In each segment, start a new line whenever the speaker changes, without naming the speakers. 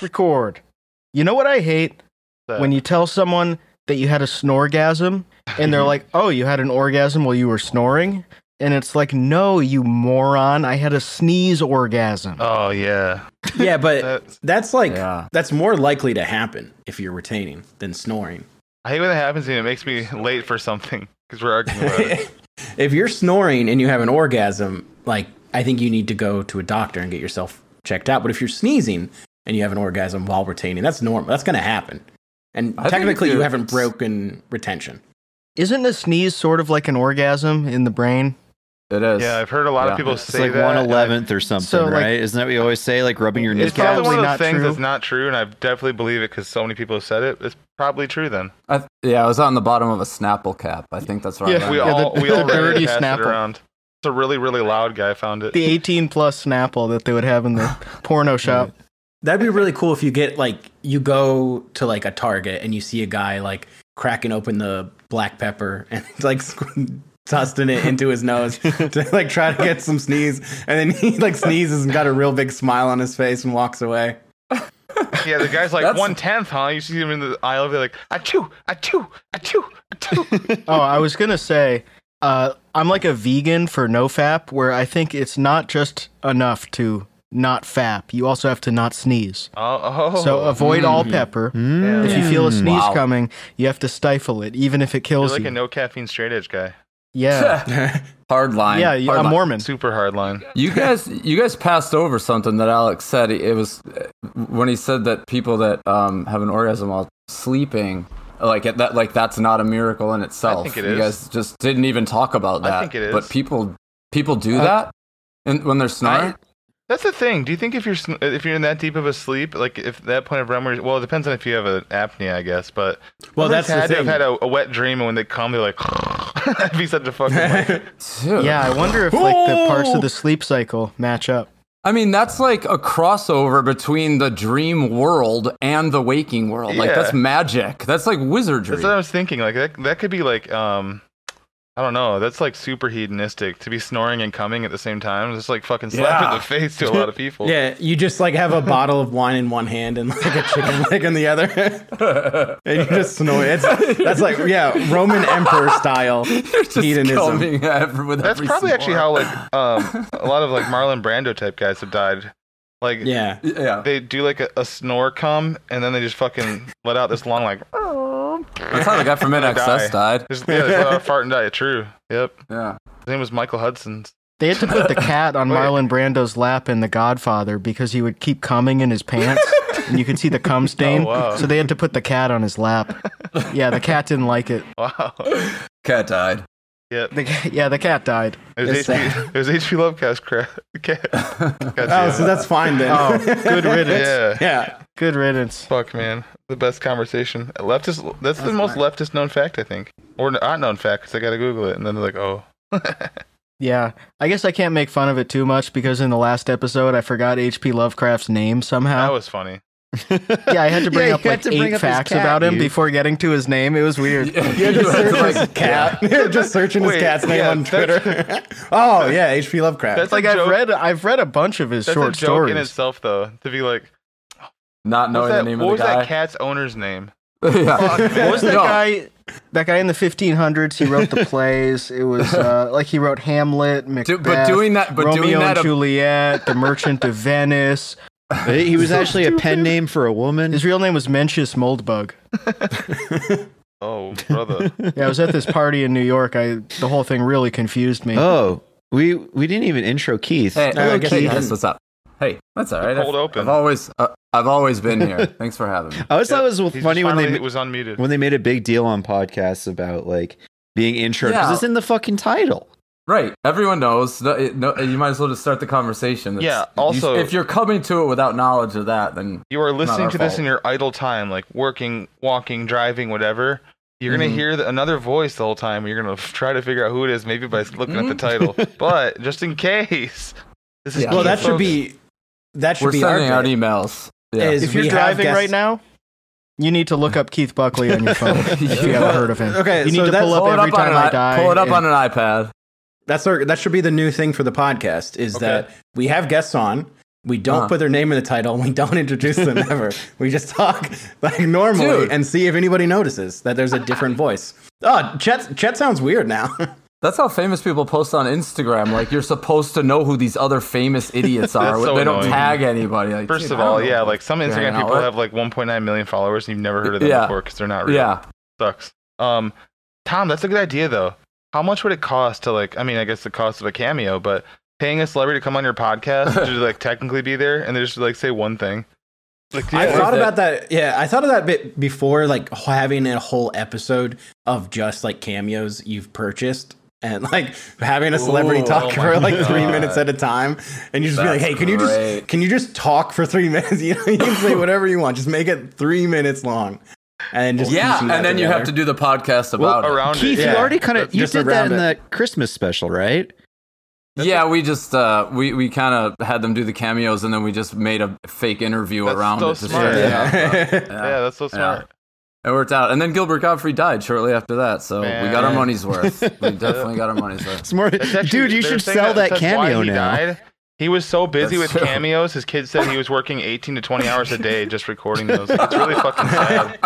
record. You know what I hate?
So,
When you tell someone that you had a snorgasm and they're like, oh, you had an orgasm while you were snoring? And it's like, no, you moron. I had a sneeze orgasm.
oh yeah,
yeah, but
That's-
that's like
Yeah.
that's more likely to happen if you're retaining than snoring.
I hate when that happens and it makes me late for something because we're arguing about it.
if you're snoring and you have an orgasm, like I think you need to go to a doctor and get yourself checked out. But if you're sneezing and you have an orgasm while retaining, that's normal. That's going to happen. And
I think
technically,
if
you
you-
haven't broken retention.
Isn't a sneeze sort of like an orgasm in the brain?
It is.
Yeah, I've heard a lot
Yeah.
of people
It's
It's
say
like
that.
one
and I-
eleventh or something,
So, like-
right? Isn't that what you always say? Like rubbing your
It's
It's
kneecap.
probably one of
probably
those
not
things
true.
that's not true, and I definitely believe it because so many people have said it. It's probably true then.
I, yeah, I was on the bottom of a Snapple cap. I think that's what
Yeah.
I
We
learned.
all
the-
we all
the
read
dirty
it, and passed
Snapple.
it around. It's a really really loud guy found it.
The 18 plus Snapple that they would have in the porno shop.
That'd be really cool if you get like you go to like a Target and you see a guy like cracking open the black pepper and like tossing it into his nose to like try to get some sneeze, and then he like sneezes and got a real big smile on his face and walks away.
yeah, the guy's like
That's-
one tenth, huh? You see him in the aisle, they're like, a two, a two, a two, a two.
oh, I was gonna say, uh, I'm like a vegan for no fap, where I think it's not just enough to not fap. You also have to not sneeze.
Oh, oh.
So avoid all pepper.
Mm.
If you feel a sneeze
Wow.
coming, you have to stifle it, even if it
You're
kills
like
you.
a no caffeine straight edge guy.
yeah,
hard line.
yeah. you-
hard
I'm
line.
Mormon.
Super hard line.
You guys, you guys passed over something that Alex said. It was uh, when he said that people that um, have an orgasm while sleeping, like it- that, like that's not a miracle in itself.
think it
you
is.
guys just didn't even talk about
I
that.
think it is.
But people, people do that, and when they're snoring.
That's the thing. Do you think if you're sn- if you're in that deep of a sleep, like if that point of REM, where- well, it depends on if you have an apnea, I guess. But
Well,
Somebody's
Oh, that's the
had to have
thing.
had a, a wet dream, and when they come, they're like, that'd be such a fucking. Like,
dude.
Yeah, I wonder if like the parts
Ooh!
of the sleep cycle match up.
I mean, that's like a crossover between the dream world and the waking world. Like
Yeah.
that's magic. That's like wizardry.
that's what I was thinking. Like that, that could be like, um, I don't know. That's like super hedonistic to be snoring and coming at the same time. It's like fucking slap in
Yeah.
the face to a lot of people.
Yeah, you just like have a bottle of wine in one hand and like a chicken leg in the other, and you just snore. It's, that's like yeah, Roman emperor style
You're just
hedonism.
coming ever- with
that's
every
probably actually
snore.
how like um a lot of like Marlon Brando type guys have died. Like
Yeah,
Yeah.
they do like a, a snore cum, and then they just fucking let out this long like.
That's how the guy from
die.
NXS died.
Just, yeah, just let out a fart and die. True. Yep.
Yeah.
His name was Michael Hudson.
They had to put the cat on
Wait.
Marlon Brando's lap in The Godfather because he would keep coming in his pants, and you could see the cum stain.
Oh, wow.
So they had to put the cat on his lap. Yeah, the cat didn't like it.
Wow.
Cat died.
Yep.
The, ca- yeah, the cat died.
It was
It's
HP. It was HP Lovecast crap. Okay.
Oh, so that's fine then.
Oh, good riddance.
yeah.
yeah.
Good riddance.
Fuck, man. The best conversation. Leftist. That's, the most leftist known fact, I think, or not known fact. 'cause I gotta Google it, and then they're like, oh.
Yeah, I guess I can't make fun of it too much because in the last episode I forgot H.P. Lovecraft's name
That
somehow.
Oh.
was funny.
yeah, I had to bring
Yeah,
up
you
like
had to
eight
bring up his
facts
cat,
about him
dude.
before getting to his name. It was weird.
Yeah,
You
just
had to,
search
like-
his cat. just searching
Wait,
his cat's name
yeah,
on
that's-
Twitter. oh yeah, HP Lovecraft.
That's
like
a
I've
joke.
read, I've read a bunch of his
That's a
short
joke
stories.
in itself, though, to be like,
Not
what was
knowing
that,
Oh, the name
what
of
was
the guy.
that cat's owner's name?
yeah.
what was that
No.
guy? That guy in the 1500s. He wrote the plays. It was uh, like he wrote Hamlet, Macbeth,
Do- but doing that, but
Romeo
doing that,
and
ab-
Juliet, The Merchant of Venice.
He he was actually a pen name for a woman.
His real name was Mencius Moldbug.
Oh, brother.
Yeah, I was at this party in New York. I the whole thing really confused me.
Oh, we we didn't even intro Keith.
hey,
I
hey,
guess
hey,
he
guys,
didn't.
what's up? Hey, that's all right.
cold
I've,
open.
I've always, uh, I've always been here. Thanks for having me.
I always thought it was
He's
funny
just
when
finally-
they
it was unmuted.
when they made a big deal on podcasts about like being intro because
Yeah.
it's in the fucking title.
Right, everyone knows. No, it- no, you might as well just start the conversation. It's-
Yeah,
you-
also-
if you're coming to it without knowledge of that, then
you are
not
listening
our
to this
fault.
in your idle time, like working, walking, driving, whatever, you're
Mm-hmm.
gonna hear the, another voice the whole time. You're gonna f- try to figure out who it is, maybe by looking at the title. But just in case, this is
Mm-hmm. Yeah.
well, that
Keith
should
Rogan.
be that should
we're
be
sending
our
out
bit.
emails. Yeah.
Is-
if you're
we have
driving
guests-
right now, you need to look up Keith Buckley on your phone if you haven't heard of him.
Okay,
you need
so
to
that's-
pull up
pull it
every
up, on
time
an,
I
i-
die.
pull it up
and-
on an iPad.
That's our that should be the new thing for the podcast is
Okay.
that we have guests on We don't
Uh-huh.
put their name in the title. We don't introduce them ever. We just talk like normally
Dude.
and see if anybody notices that there's a different voice. Oh, Chet, Chet sounds weird now.
That's how famous people post on Instagram. Like you're supposed to know who these other famous idiots are.
That's so
they don't
annoying.
tag anybody. Like,
First
dude,
of
I don't
all,
know.
yeah, like some
You're
Instagram
hanging out
people
with-
have like 1.9 million followers, and you've never heard of them
Yeah.
before because they're not real.
yeah.
sucks. Um, Tom, that's a good idea though. How much would it cost to like? I mean, I guess the cost of a cameo, but paying a celebrity to come on your podcast to like technically be there and they just like say one thing. Like,
I
yeah,
Worth
thought
it.
about that. Yeah, I thought of that bit before, like having a whole episode of just like cameos you've purchased. And like having a celebrity
Ooh,
talk
oh
for
my
like three
God.
minutes at a time, and you just be like,
That's
"Hey, can you just
great.
can you just talk for three minutes? You know, you can say whatever you want. Just make it three minutes long, and just
yeah,
piecing that
and then you have to
together.
do the podcast about it.
around
Oh, Keith,
it.
you
yeah.
already kind of you
Just
did that
around
in
it.
that Christmas special, right?
Yeah, we just uh, we we kind of had them do the cameos, and then we just made a fake interview
That's
around
so
it. to
smart.
share it out.
Yeah.
Yeah, that's so smart.
It worked out, and then Gilbert Godfrey died shortly after that, so we got our
Man.
money's worth. We definitely got our money's worth.
It's more,
That's actually-
dude. You
they're
should
saying
sell that,
that's why
cameo
he
now.
died. He was so busy
That's
with
so-
cameos. His kids said he was working 18 to 20 hours a day just recording those. It's really fucking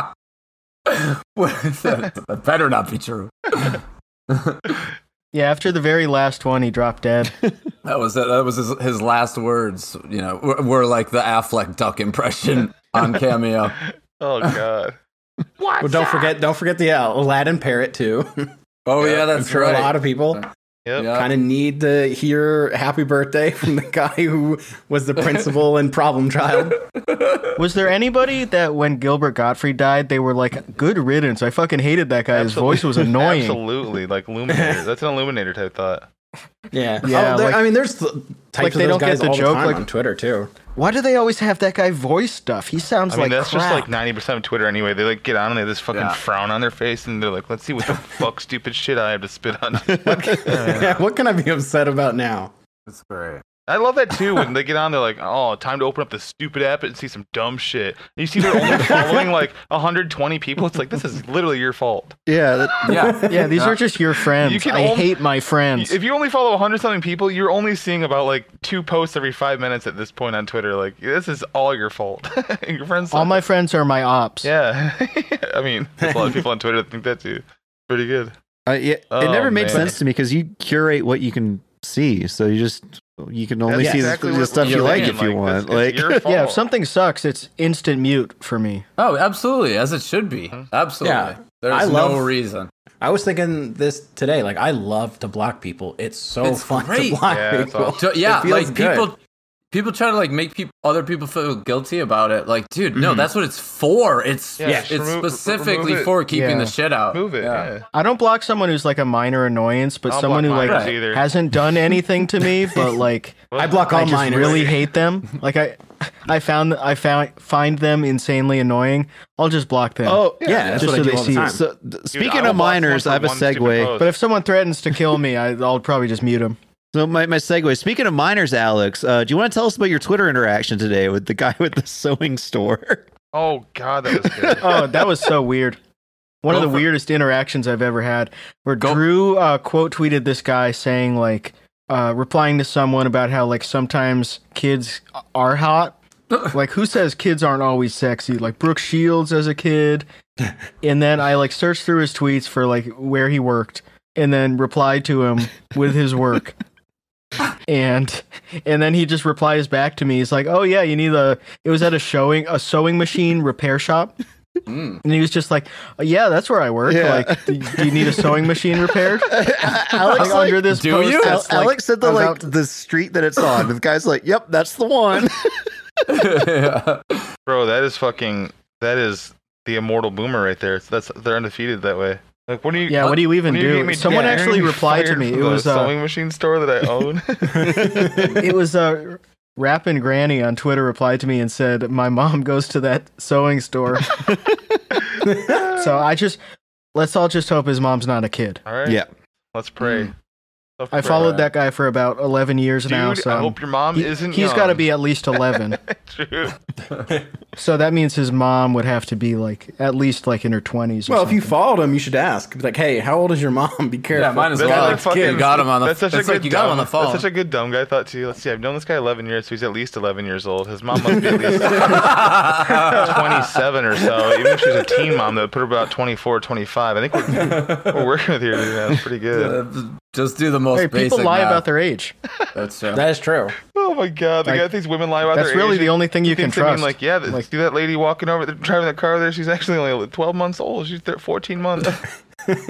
sad.
that better not be true.
Yeah, after the very last one, he dropped dead.
That was that was his, his last words. You know, were, were like the Affleck duck impression on cameo.
Oh god. What?
Well, don't forget, don't forget the uh, Aladdin parrot too.
Oh yeah,
I'm
that's
sure
right.
a lot of people
Yep.
Yeah.
kind of need to hear "Happy Birthday" from the guy who was the principal and problem child.
Was there anybody that when Gilbert Gottfried died, they were like, "Good riddance"? I fucking hated that guy. His
Absolutely.
voice was annoying.
Absolutely, like Illuminator. That's an Illuminator type thought.
Yeah,
Yeah,
Oh, there-
like-
I mean, there's th-
like
types of
they
those
don't get
guys
the
all
joke,
the time
like-
on Twitter too.
Why do they always have that guy voice stuff? He sounds
I mean,
like
that's
crap.
just like ninety percent of Twitter anyway. They like get on and they have this fucking
Yeah.
frown on their face, and they're like, "Let's see what the fuck stupid shit I have to spit on."
yeah, what can I be upset about now?
That's great.
I love that too. When they get on, they're like, "Oh, time to open up the stupid app and see some dumb shit." And you see they're only following like 120 people. It's like this is literally your fault.
Yeah, that-
Yeah,
yeah, these are just your friends.
You can
I
only-
hate my friends.
If you only follow 100 something people, you're only seeing about like two posts every five minutes at this point on Twitter. Like this is all your fault. your friends.
All
suck.
my friends are my ops.
Yeah. I mean, there's a lot of people on Twitter that think that too. Pretty good.
I- Uh, yeah, it
Oh,
never made
man.
sense to me because you curate what you you can see, so you just you can only
That's
see
exactly
the, the
what-
stuff
what
you
I'm
like
saying,
if you
like,
want.
this- it's
Like,
your
Yeah, if
fault.
something sucks, it's instant mute for me.
Oh, absolutely, as it should be. Absolutely.
Yeah.
There's
I
no
love-
reason.
I was thinking this today. Like, I love to block people. It's so
It's
fun
great.
to block
Yeah, it's
people.
awesome.
So, yeah,
It feels
like
good.
people people try to like make people other people feel guilty about it. Like, dude, no, that's what it's for. It's
Yeah,
it's
just remove- re-
specifically
remove it.
for keeping
Yeah.
the shit out.
Move it.
Yeah.
Yeah.
I don't block someone who's like a minor annoyance, but
I don't
someone who
block
like
minors either.
hasn't done anything to me, but like
I block all
I just
mine.
really hate them. Like I, I found I found find them insanely annoying. I'll just block them.
oh
yeah, that's
Just
what
so
I do
they
all the
see
time.
So th-
Dude,
speaking
will
of
block
minors,
someone
I
for
have a
one stupid
segue.
post.
but if someone threatens to kill me, I, I'll probably just mute them.
So my, my segue. Speaking of minors, Alex, uh, do you want to tell us about your Twitter interaction today with the guy with the sewing store?
oh god, that was good.
Oh, that was so weird. One of the weirdest interactions I've ever had, where Drew uh, quote tweeted this guy saying like, uh, replying to someone about how like sometimes kids are hot. like who says kids aren't always sexy? Like Brooke Shields as a kid, and then I like searched through his tweets for like where he worked, and then replied to him with his work. And and then he just replies back to me. He's like, "Oh yeah, you need a." It was at a showing, a sewing machine repair shop.
Mm.
And he was just like, "Uh, "Yeah, that's where I work.
Yeah.
Like, do, do you need a sewing machine repaired?"
Alex,
Like,
like,
under this
do
post,
you?
Al-
that's, like,
Alex said the like
about-
the street that it's on. The guy's like, "Yep, that's the one."
Yeah.
Bro, that is fucking that is the immortal boomer right there. It's, that's they're undefeated that way. Like what do you
yeah. What do you even
what
do?
get me-
Someone
yeah, you're
actually
gonna be
replied to
fired
me.
from
It
the
was uh,
sewing machine store that I own.
it was uh, Rappin' Granny on Twitter replied to me and said, "My mom goes to that sewing store." so I just let's all just hope his mom's not a kid.
All right.
Yeah.
Let's pray. Stuff
Mm. I
for-
followed that guy for about 11 years
Dude,
now. So
I
I'm-
hope your mom
he,
isn't.
has got to be at least 11.
True.
so that means his mom would have to be like at least like in her 20s. Or
Well, if
something.
you followed him, you should ask. Be like, hey, how old is your mom? Be careful.
Yeah, mine is
That's
well.
like
Like,
fucking-
you got him on the.
That's such a
like
good
you got him on the
dumb-
phone.
That's such a good dumb guy thought too. Let's see, I've known this guy 11 years, so he's at least 11 years old. His mom must be at least 27 or so. Even if she's a teen mom, that would put her about 24, 25. I think we're, we're working with you. dude. That's pretty good.
Just do the most
Hey,
basic.
people lie
math.
about their age.
That's true.
That is true.
Oh my god, the
Like,
guy thinks women lie about
That's
their
really
age.
the only thing
He
you can
thinks they mean,
trust.
like, yeah, like, see that lady walking over, driving that car there. She's actually only 12 months old. She's thir- 14 months.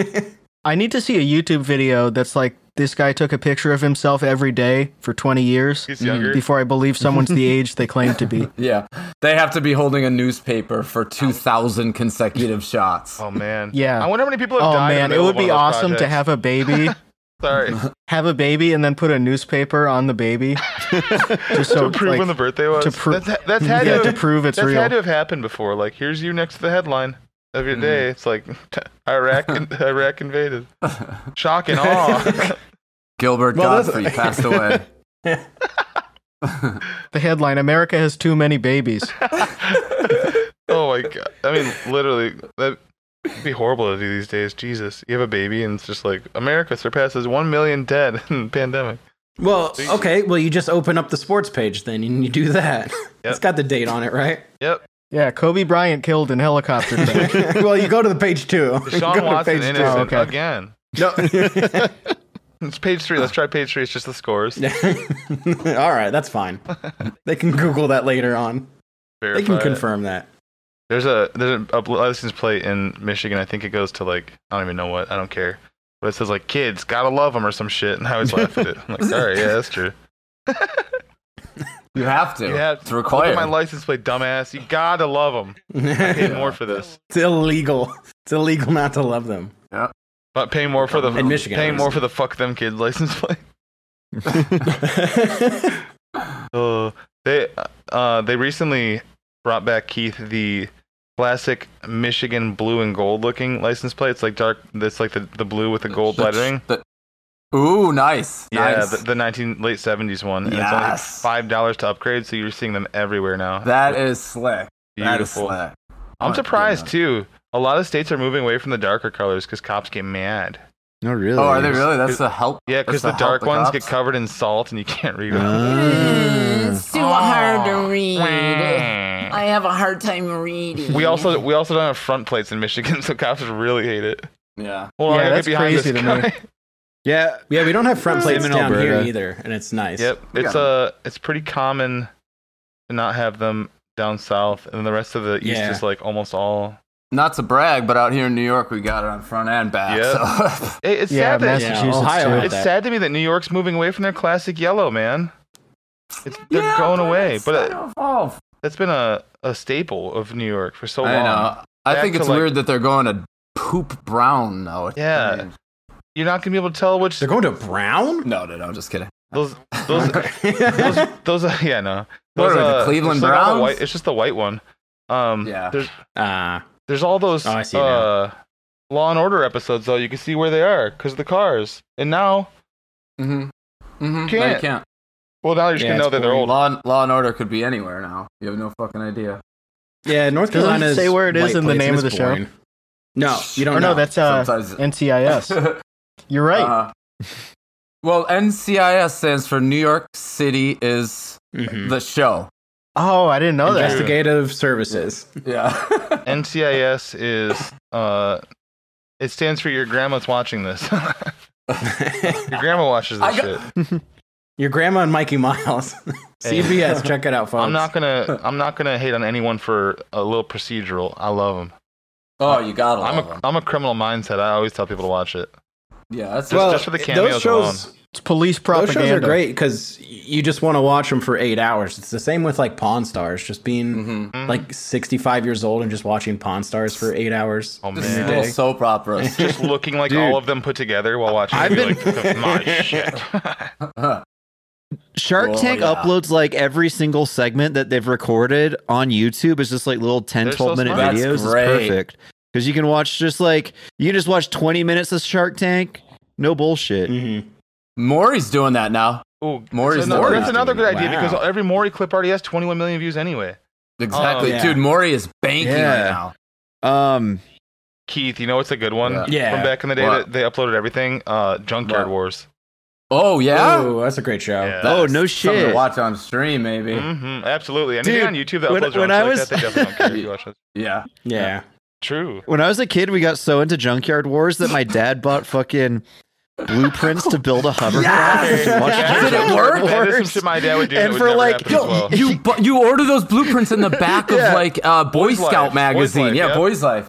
I need to see a YouTube video that's like this guy took a picture of himself every day for 20 years
He's younger.
before I believe someone's the age they claim to be.
yeah, they have to be holding a newspaper for two thousand consecutive shots.
Oh man.
Yeah.
I wonder how many people have
Oh
died. in
man,
the
it
middle
would
of
be
one of those
awesome to
projects.
have a baby,
Sorry.
have a baby, and then put a newspaper on the baby, just so
to prove
like,
when the birthday was.
to pro-
that's, that's had
yeah,
to,
to prove it's
that's
real. Mm.
had to have happened before. Like, here's you next to the headline of your day. It's like Iraq in- Iraq invaded. Shock and awe.
Gilbert
Well, that's-
Godfrey passed away.
the headline: America has too many babies.
oh my god. I mean, literally, that'd be horrible to do these days. Jesus, you have a baby and it's just like America surpasses one million dead in pandemic.
Well,
Please.
okay. Well, you just open up the sports page then, and you do that. It's got the date on it, right?
Yep.
Yeah, Kobe Bryant killed in helicopter crash.
well, you go to the page two. Go
Sean
to
Watson
page
innocent
two.
Oh, okay.
again.
No.
It's page three. Let's try page three. It's just the scores.
All right, that's fine. They can Google that later on. They
Verify
can
it.
confirm that.
There's a there's a, a license plate in Michigan. I think it goes to like I don't even know what. I don't care. But it says like kids gotta love them or some shit, and I always laugh at it. I'm like, all right, yeah, that's true.
You have to.
You have-
it's
Look at
required.
my license plate, dumbass. You gotta love them. I paid more for this,
It's illegal. It's illegal not to love them.
but pay more for the
In Michigan,
Pay
at
more
least.
for the fuck them kid license plate.
oh,
Oh, they uh they recently brought back Keith the classic Michigan blue and gold looking license plate. It's like dark. That's like the the blue with the gold
That's-
lettering.
that- ooh, nice.
Yeah,
nice.
the, the nineteen late seventies one. And
Yes.
it's only five dollars to upgrade, so you're seeing them everywhere now.
that is slick. That is
Beautiful.
slick.
I'm
Oh,
surprised
goodness.
too. A lot of states are moving away from the darker colors because cops get mad.
No, really.
Oh, are they really? That's the help.
Yeah,
that's
because the
help
dark
the
ones get
cops?
covered in salt and you can't read them.
Ah.
It's too hard to read.
Wah.
I have a hard time reading.
Ah. We also we also don't have front plates in Michigan, so cops really hate it.
Yeah.
Well,
Yeah,
I
that's
get behind
crazy
this
to me.
guy.
yeah.
yeah, we don't have front
Same
plates
in
down here
Alberta.
either, and it's nice.
Yep,
We
it's
got
uh it's pretty common to not have them down south, and the rest of the east
Yeah.
is like almost all.
Not to brag, but out here in New York, we got it on front and back.
Yeah.
So.
It, it's
yeah,
sad that
Massachusetts.
Yeah, Ohio
too.
had
It's
that.
sad to me that New York's moving away from their classic yellow, man. It's, they're
Yeah,
going
but
away,
it's
but uh,
gotta evolve.
that's been a, a staple of New York for so long.
I know. I
Back
think
to,
it's
like-
weird that they're going to poop brown though.
Yeah.
I mean,
You're not gonna be able to tell which
They're going to Brown?
no, no, no. Just kidding.
those those those, those uh, yeah no.
What
Those,
are they, the
uh,
Cleveland
it's like all the
Browns?
white- it's just the white one. Um,
Yeah.
There's
Ah,
there's all those
Oh, I see
uh, Law and Order episodes though. You can see where they are because the cars. And now,
Mm-hmm. Mm-hmm. No, you
Can't.
can't.
well, now you're just
Yeah,
gonna know
it's
that they're old.
Law, and- law and order could be anywhere now. You have no fucking idea.
yeah, North
Doesn't it
Carolina.
say where it is in the name of the show?
No, you
Oh,
don't
Or no,
know.
that's uh,
Sometimes-
NCIS. You're right.
Uh, well, NCIS stands for New York City is
Mhm.
the show.
oh, I didn't know that.
Investigative services.
Yeah.
NCIS is uh, it stands for your grandma's watching this. Your grandma watches this
I
shit.
Your grandma and Mikey Miles.
Hey.
CBS, check it out, folks.
I'm not gonna. I'm not gonna hate on anyone for a little procedural. I love them.
oh, you gotta
I'm
love
a.
them.
am a criminal mindset. I always tell people to watch it.
Yeah, that's
Well, just for the cameos
those shows,
It's police
those
propaganda.
shows are great because you just want to watch them for eight hours. It's the same with like Pawn Stars, just being
Mhm.
Mhm.
like 65 years old and just watching Pawn Stars for eight hours.
Oh
Just
man.
little soap operas.
Just looking like
Dude.
all of them put together while watching. I've
I've
been like,
been-
my shit.
Shark
Well,
Tank
yeah.
uploads like every single segment that they've recorded on YouTube. It's just like little 10,
They're so
12 minute
smart.
That's
videos. It's
great.
perfect. Because you can watch just like, you can just watch 20 minutes of Shark Tank. No bullshit.
Mhm.
Maury's doing that now.
Ooh,
Maury's
that's another,
Maury's
that's another
doing
good
it.
idea because
Wow.
every Maury clip already has 21 million views anyway.
Exactly,
Oh,
yeah.
dude. Maury is banking
Yeah.
right now.
Um,
Keith, you know what's a good one
Yeah.
Yeah.
from back in the day
What?
that they uploaded everything? Uh, Junkyard
What?
Wars.
Oh yeah.
Ooh, that's a great show.
Yeah.
Oh, no
Something
shit.
to watch on stream, maybe.
hmm absolutely. Anything
Dude,
on YouTube that
when-
uploads
when
when
I
I
was-
like that, they definitely don't care if you watch it.
Yeah.
Yeah.
True.
when I was a kid, we got so into Junkyard Wars that my dad bought fucking blueprints to build a hovercraft.
Yes!
and watched
Did it
Junkyard
That
work?
is some
Wars.
shit my dad would do.
And
that would
for,
never
like,
happen as
yo,
well.
You bu- you order those blueprints in the back
Yeah.
of like uh, Boy
Boys Life.
Scout
Boys
magazine.
Life,
yeah,
yeah.
Boys Life.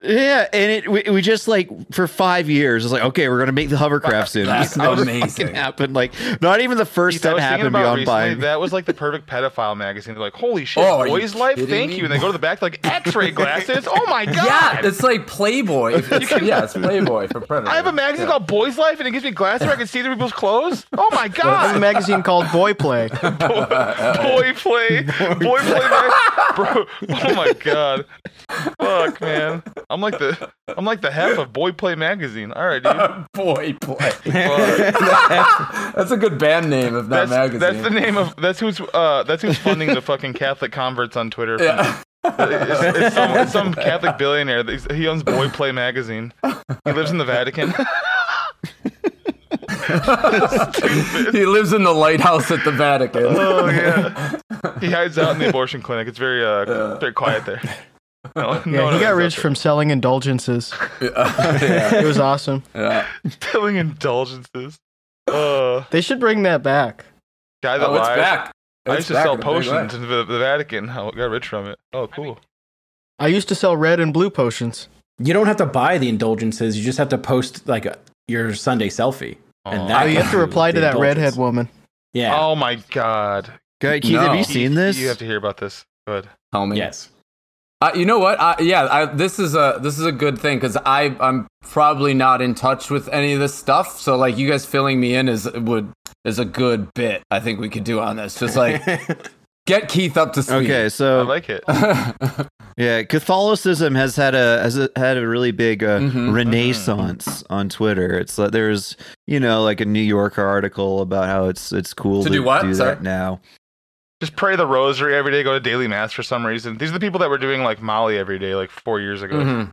Yeah, and it we, we just like for five years, it's like okay, we're gonna make the hovercraft soon.
That's
It never
amazing.
fucking happened. Like not even the first
Keith, I
step
was thinking
happened
about
beyond
recently,
buying.
That was like the perfect pedophile magazine. They're like, holy shit,
Oh, are you
boys' life,
kidding
thank
me?
you. And they go to the back, like, x ray glasses. Oh my God.
Yeah, it's like Playboy. It's- yeah, it's Playboy for Predator.
I have a magazine
Yeah.
called Boys Life, and it gives me glasses where I can see the people's clothes. Oh my
There's a
god!
magazine called Boy Play.
boy play, boy play, mag- bro. Oh my god! Fuck, man. I'm like the I'm like the half of Boy Play magazine. All right, dude.
Boy Play.
Fuck.
That's a good band name of
That's,
that magazine.
that's the name of that's who's uh that's who's funding the fucking Catholic converts on Twitter.
Yeah.
It's, it's some, it's some Catholic billionaire. He's- He owns Boy Play magazine. He lives in the Vatican.
he lives in the lighthouse at the Vatican.
Oh yeah. He hides out in the abortion clinic. It's very uh, very quiet there. No, no
Yeah,
one
he
else
got
out
rich
there.
from selling indulgences.
yeah.
It was awesome.
yeah.
selling indulgences. Uh,
They should bring that back.
guy that
Oh, it's
lies.
back.
I
It's
used to
back
sell
in a big way.
potions to the, the Vatican. I got rich from it. Oh, cool.
I used to sell red and blue potions.
You don't have to buy the indulgences. You just have to post like a, your Sunday selfie.
Aw.
And
Oh,
that-
you have to reply to
The
that
indulgence.
redhead woman.
Yeah.
Oh my God.
God, Keith, have
No.
you seen this?
You have to hear about this. Good.
Tell me.
Yes.
Uh, you know what? I, yeah, I, this is a this is a good thing because I I'm probably not in touch with any of this stuff. So like you guys filling me in is would is a good bit. I think we could do on this. Just like get Keith up to speed.
Okay,
I
Oh.
so
like it.
yeah, Catholicism has had a has a, had a really big uh,
Mhm.
renaissance on Twitter. It's like there's you know like a New Yorker article about how it's it's cool
To
to,
do what? Sorry?
that now.
Just pray the rosary every day. Go to daily mass for some reason. These are the people that were doing like Molly every day, like four years ago.
Mhm.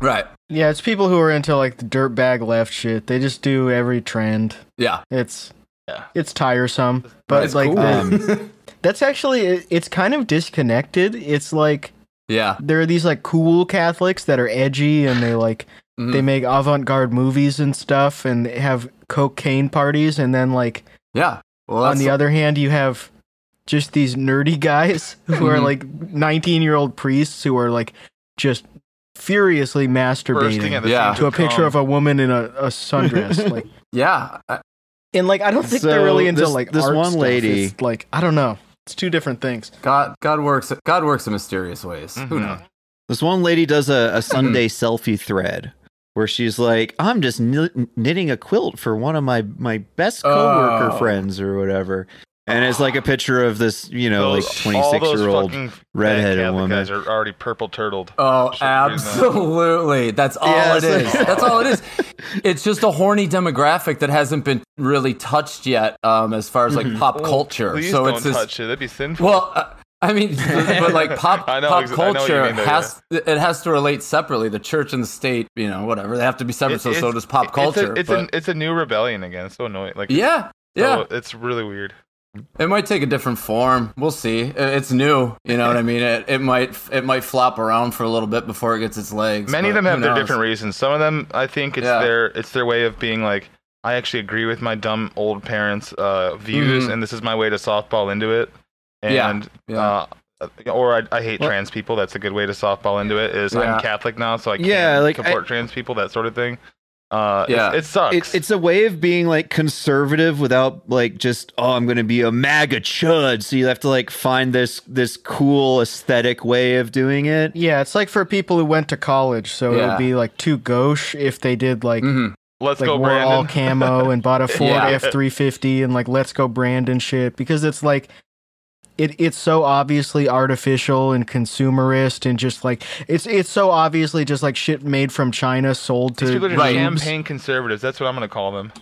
Right.
Yeah, it's people who are into like the dirtbag left shit. They just do every trend.
Yeah.
It's
Yeah.
it's tiresome, but
It's
like
cool.
the-
Um,
that's actually it- it's kind of disconnected. It's like
Yeah.
there are these like cool Catholics that are edgy and they like
Mm-hmm.
Mhm.
they make avant-garde movies and stuff and they have cocaine parties and then like
Yeah. Well,
on the other hand you have just these nerdy guys who are
Mm-hmm.
Mhm.
like 19-year-old priests who are like just furiously
Bursting
masturbating
at the
Yeah.
seams
to a picture
calm.
of a woman in a, a sundress like
yeah. I-
and like I don't think
So,
they're really into
this-
like
this
art
one
stuff.
lady-
It's, like I don't know. It's two different things.
God God works God works in mysterious ways. Who
Mhm.
Mm-hmm.
knows?
This one lady does a, a Sunday selfie thread where she's like, "I'm just kn- knitting a quilt for one of my my best coworker
Oh.
friends or whatever," and it's like a picture of this, you know,
Those-
like
all
26
those
year old.
fucking
redheaded
bad Catholic
woman.
guys are already purple turtled.
Oh,
Should we do that?
absolutely. That's all
Yeah,
it
it's
is.
like-
That's all it is. It's just a horny demographic that hasn't been really touched yet, um, as far as like pop
Oh,
culture.
Please
so
don't
it's this.
touch it. That'd be sinful.
Well, uh, I mean, but like pop
I know
pop
ex- I know what you
culture
mean, though,
has it has to relate separately. The church and the state, you know, whatever they have to be separate.
It-
so so
it's-
does pop
it's a-
culture.
It's,
but-
a, it's a new rebellion again. It's so annoying. Like
yeah, yeah.
Oh, it's really weird.
It might take a different form. We'll see. I- It's new. You know what I mean? It, it might it might flop around for a little bit before it gets its legs.
Many of
but
them have
who
their
knows?
different reasons. Some of them, I think, it's
Yeah.
their it's their way of being like, I actually agree with my dumb old parents' uh, views,
Mhm.
and this is my way to softball into it.
Yeah,
And
Yeah.
Uh, or I, I hate trans people. That's a good way to softball into it. Is
Yeah.
I'm Catholic now, so I can't
Yeah, like, I-
support trans people. That sort of thing. Uh,
Yeah.
it, it sucks.
It, it's a way of being like conservative without like just oh I'm gonna be a MAGA chud. So you have to like find this this cool aesthetic way of doing it.
Yeah, it's like for people who went to college, so it
Yeah.
would be like too gauche if they did like
Mhm.
Let's
like
go,
wore all
Brandon.
camo and bought a Ford
Yeah.
F three fifty and like let's go Brandon shit because it's like it it's so obviously artificial and consumerist and just like it's it's so obviously just like shit made from China sold
These
to
people are
Right.
champagne conservatives. That's what I'm going to call them.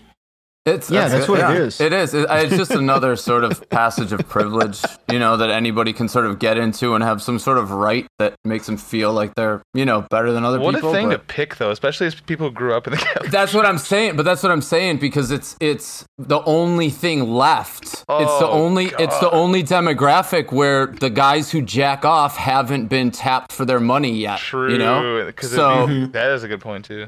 It's,
Yeah, that's
good.
what it is.
It is. It, it's just another sort of passage of privilege, you know, that anybody can sort of get into and have some sort of right that makes them feel like they're, you know, better than other
What
people.
a thing to
but-
pick, though, especially as people who grew up in the capital.
that's what I'm saying, but that's what I'm saying because it's it's the only thing left. it's the
Oh,
only it's the
God.
only demographic where the guys who jack off haven't been tapped for their money yet.
True.
You know,
'cause it'd
so
be- that is a good point too.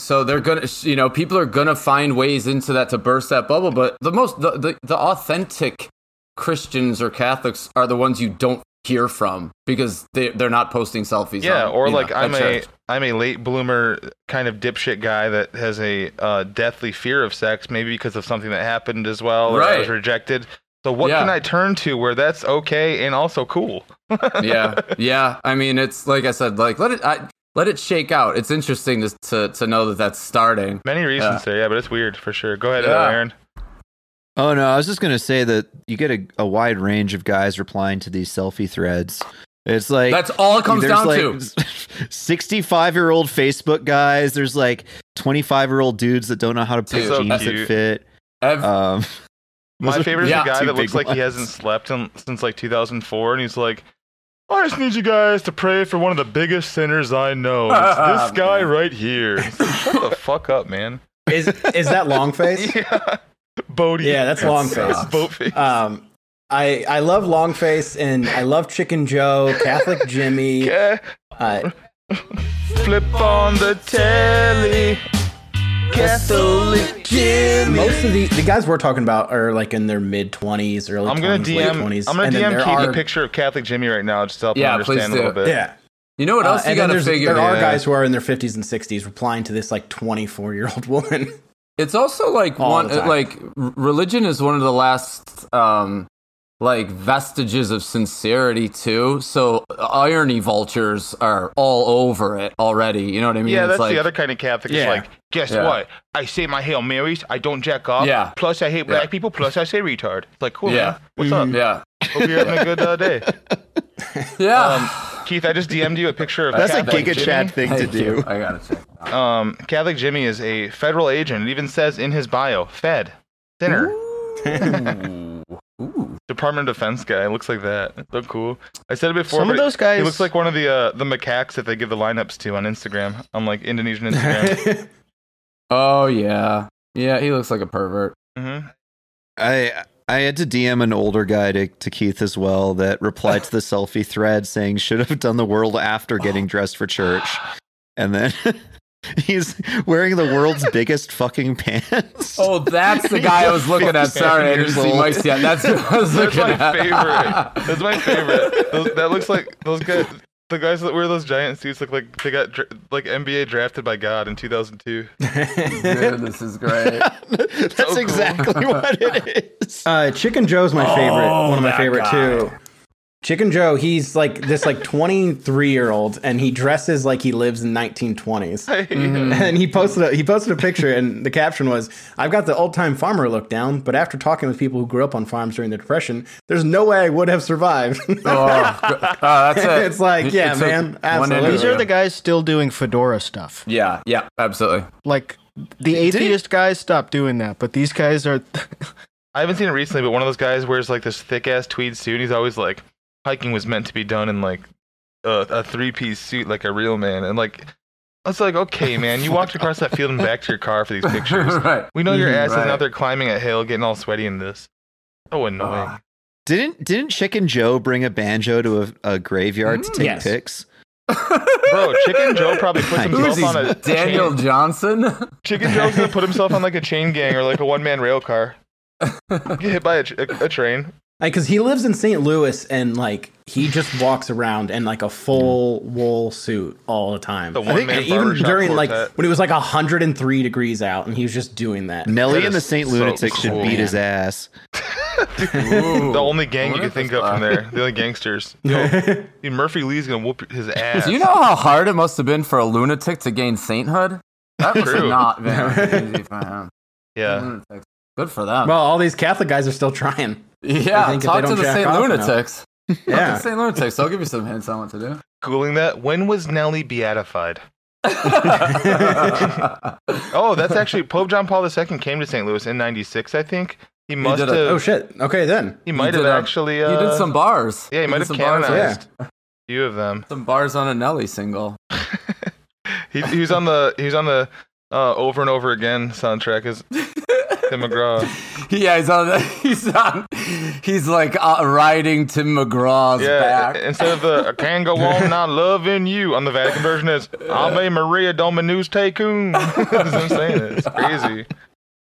so they're gonna you know people are gonna find ways into that to burst that bubble. But the most the the, the authentic Christians or Catholics are the ones you don't hear from because they they're not posting selfies.
Yeah,
on,
or
you know,
like
at
I'm a
church.
I'm a late bloomer kind of dipshit guy that has a uh, deathly fear of sex, maybe because of something that happened as well, or I was
Right.
rejected. So what
Yeah.
can I turn to where that's okay and also cool?
yeah, yeah. I mean, it's like I said, like let it I, let it shake out. It's interesting to to, to know that that's starting.
Many reasons
Yeah.
there, yeah, but it's weird for sure. Go ahead, uh,
Yeah.
Aaron.
Oh no, I was just gonna say that you get a, a wide range of guys replying to these selfie threads. It's like
That's all it comes
there's
down
like
to.
65 year old Facebook guys. There's like 25 year old dudes that don't know how to pick
So
jeans that
cute.
fit.
Ev-
Um,
My favorite is
Yeah.
the guy
Two
that
big
looks like he
ones.
hasn't slept in, since like 2004, and he's like, "I just need you guys to pray for one of the biggest sinners I know. It's this guy right here. It's like, Shut the fuck up, man.
Is is that long face?
Yeah, Bodie.
Yeah, that's long face.
It's boat face.
Um, I I love long face and I love Chicken Joe, Catholic Jimmy.
Yeah,
Uh,
flip on the telly. Catholic Jimmy.
most of the the guys we're talking about are like in their mid twenties, early
I'm gonna
20s, late
DM.
20s,
I'm gonna
and then
DM
there
Keith
are-
a picture of Catholic Jimmy right now, just to help
Yeah,
him understand
please
a little
do.
bit.
Yeah.
you know what
Uh,
else you
and then
gotta
there's-
figure?
There are
Yeah.
guys who are in their 50s and 60s replying to this like 24 year old woman.
It's also like
All
one
the time.
like r- religion is one of the last um like vestiges of sincerity too. So uh, irony vultures are all over it already. You know what I mean?
Yeah,
it's
that's
like,
the other kind of Catholic. It's
Yeah.
like, guess
Yeah.
what? I say my Hail Marys. I don't jack off.
Yeah.
Plus, I hate black
Yeah.
people. Plus, I say retard. It's like, cool.
Yeah.
Man. What's up?
Yeah,
Hope you're having a good uh, day. Um,
yeah.
Keith, I just DM'd you a picture of
that's a
Catholic
Giga
Jimmy.
Chad thing to
Thank you.
do.
I gotta check.
Um, Catholic Jimmy is a federal agent. It even says in his bio, Fed, sinner, Department of Defense guy. It looks like that. It's So cool. I said it before.
Some of
but
those guys-
He looks like one of the uh, the macaques that they give the lineups to on Instagram, on like Indonesian Instagram.
Oh yeah, yeah. He looks like a pervert.
hmm
I I had to DM an older guy to, to Keith as well that replied to the selfie thread saying should have done the world after getting dressed for church, and then he's wearing the world's biggest fucking pants.
Oh, that's the guy I was looking at. Sorry, I didn't see Mike's yet. That's who I was
That's
looking
my
at.
favorite. That's my favorite. Those, that looks like those guys. The guys that wear those giant suits look like they got dra- like NBA drafted by God in 2002.
Dude, this is great.
That's exactly what it is.
Uh, Chicken Joe's my favorite.
Oh,
One of my favorite too. Chicken Joe, he's like this like 23 year old, and he dresses like he lives in 1920s.
Mm-hmm.
And he posted a, he posted a picture, and the caption was, "I've got the old time farmer look down, but after talking with people who grew up on farms during the depression, there's no way I would have survived."
Oh, gr- oh, that's it.
It's like, yeah,
took
man,
one
absolutely.
interview.
These are the guys still doing fedora stuff.
yeah, yeah, absolutely.
Like the atheist guys stopped doing that, but these guys are.
I haven't seen it recently, but one of those guys wears like this thick ass tweed suit. And he's always like, hiking was meant to be done in like a, a three piece suit, like a real man. And like, it's like, okay, man, you walked across that field and back to your car for these pictures.
right.
We know your ass
right.
is out there climbing a hill, getting all sweaty in this. So annoying.
Didn't didn't Chicken Joe bring a banjo to a, a graveyard to take
Yes.
pics?
Bro, Chicken Joe probably puts
Who's
himself
he?
on a
Daniel
chain-
Johnson.
Chicken Joe's gonna put himself on like a chain gang or like a one man rail car. Get hit by a, tr- a, a train.
Like, cause he lives in St. Louis, and like he just walks around in like a full wool suit all the time.
The one man
And even during like
quartet.
when it was like 103 degrees out, and he was just doing that.
Nelly
That
and the
is
Saint
so
Lunatic should
cool.
beat his ass.
Ooh.
the only gang you
What
can
if
think
it's
of from
black?
there. The only gangsters. Yo, dude, Murphy Lee's gonna whoop his ass.
Do you know how hard it must have been for a lunatic to gain sainthood? That must have
True.
not been easy for him.
Yeah.
Lunatics. Good for them.
Well, all these Catholic guys are still trying. I
yeah,
think if
talk
they
to
don't
the
jack
Saint
off now.
Lunatics. Talk to
Yeah.
the Saint Lunatics. I'll give you some hints on what to do.
Googling that. When was Nelly beatified? Oh, that's actually Pope John Paul II came to St. Louis in '96, I think. He must
did
have.
a-
Oh shit. Okay then.
he might have
did a-
actually. Uh,
you did some bars.
Yeah, he
You
might
did
have
some bars on-
canonized a few of them.
Some bars on a Nelly single.
He, he was on the he was on the uh, over and over again soundtrack as Tim McGraw.
Yeah, he's on. He's on. He's like uh, riding Tim McGraw's
Yeah,
back.
i- instead of the I can go on not loving you on the Vatican version, it's Ave Maria Dominus Tecum. That's what I'm saying.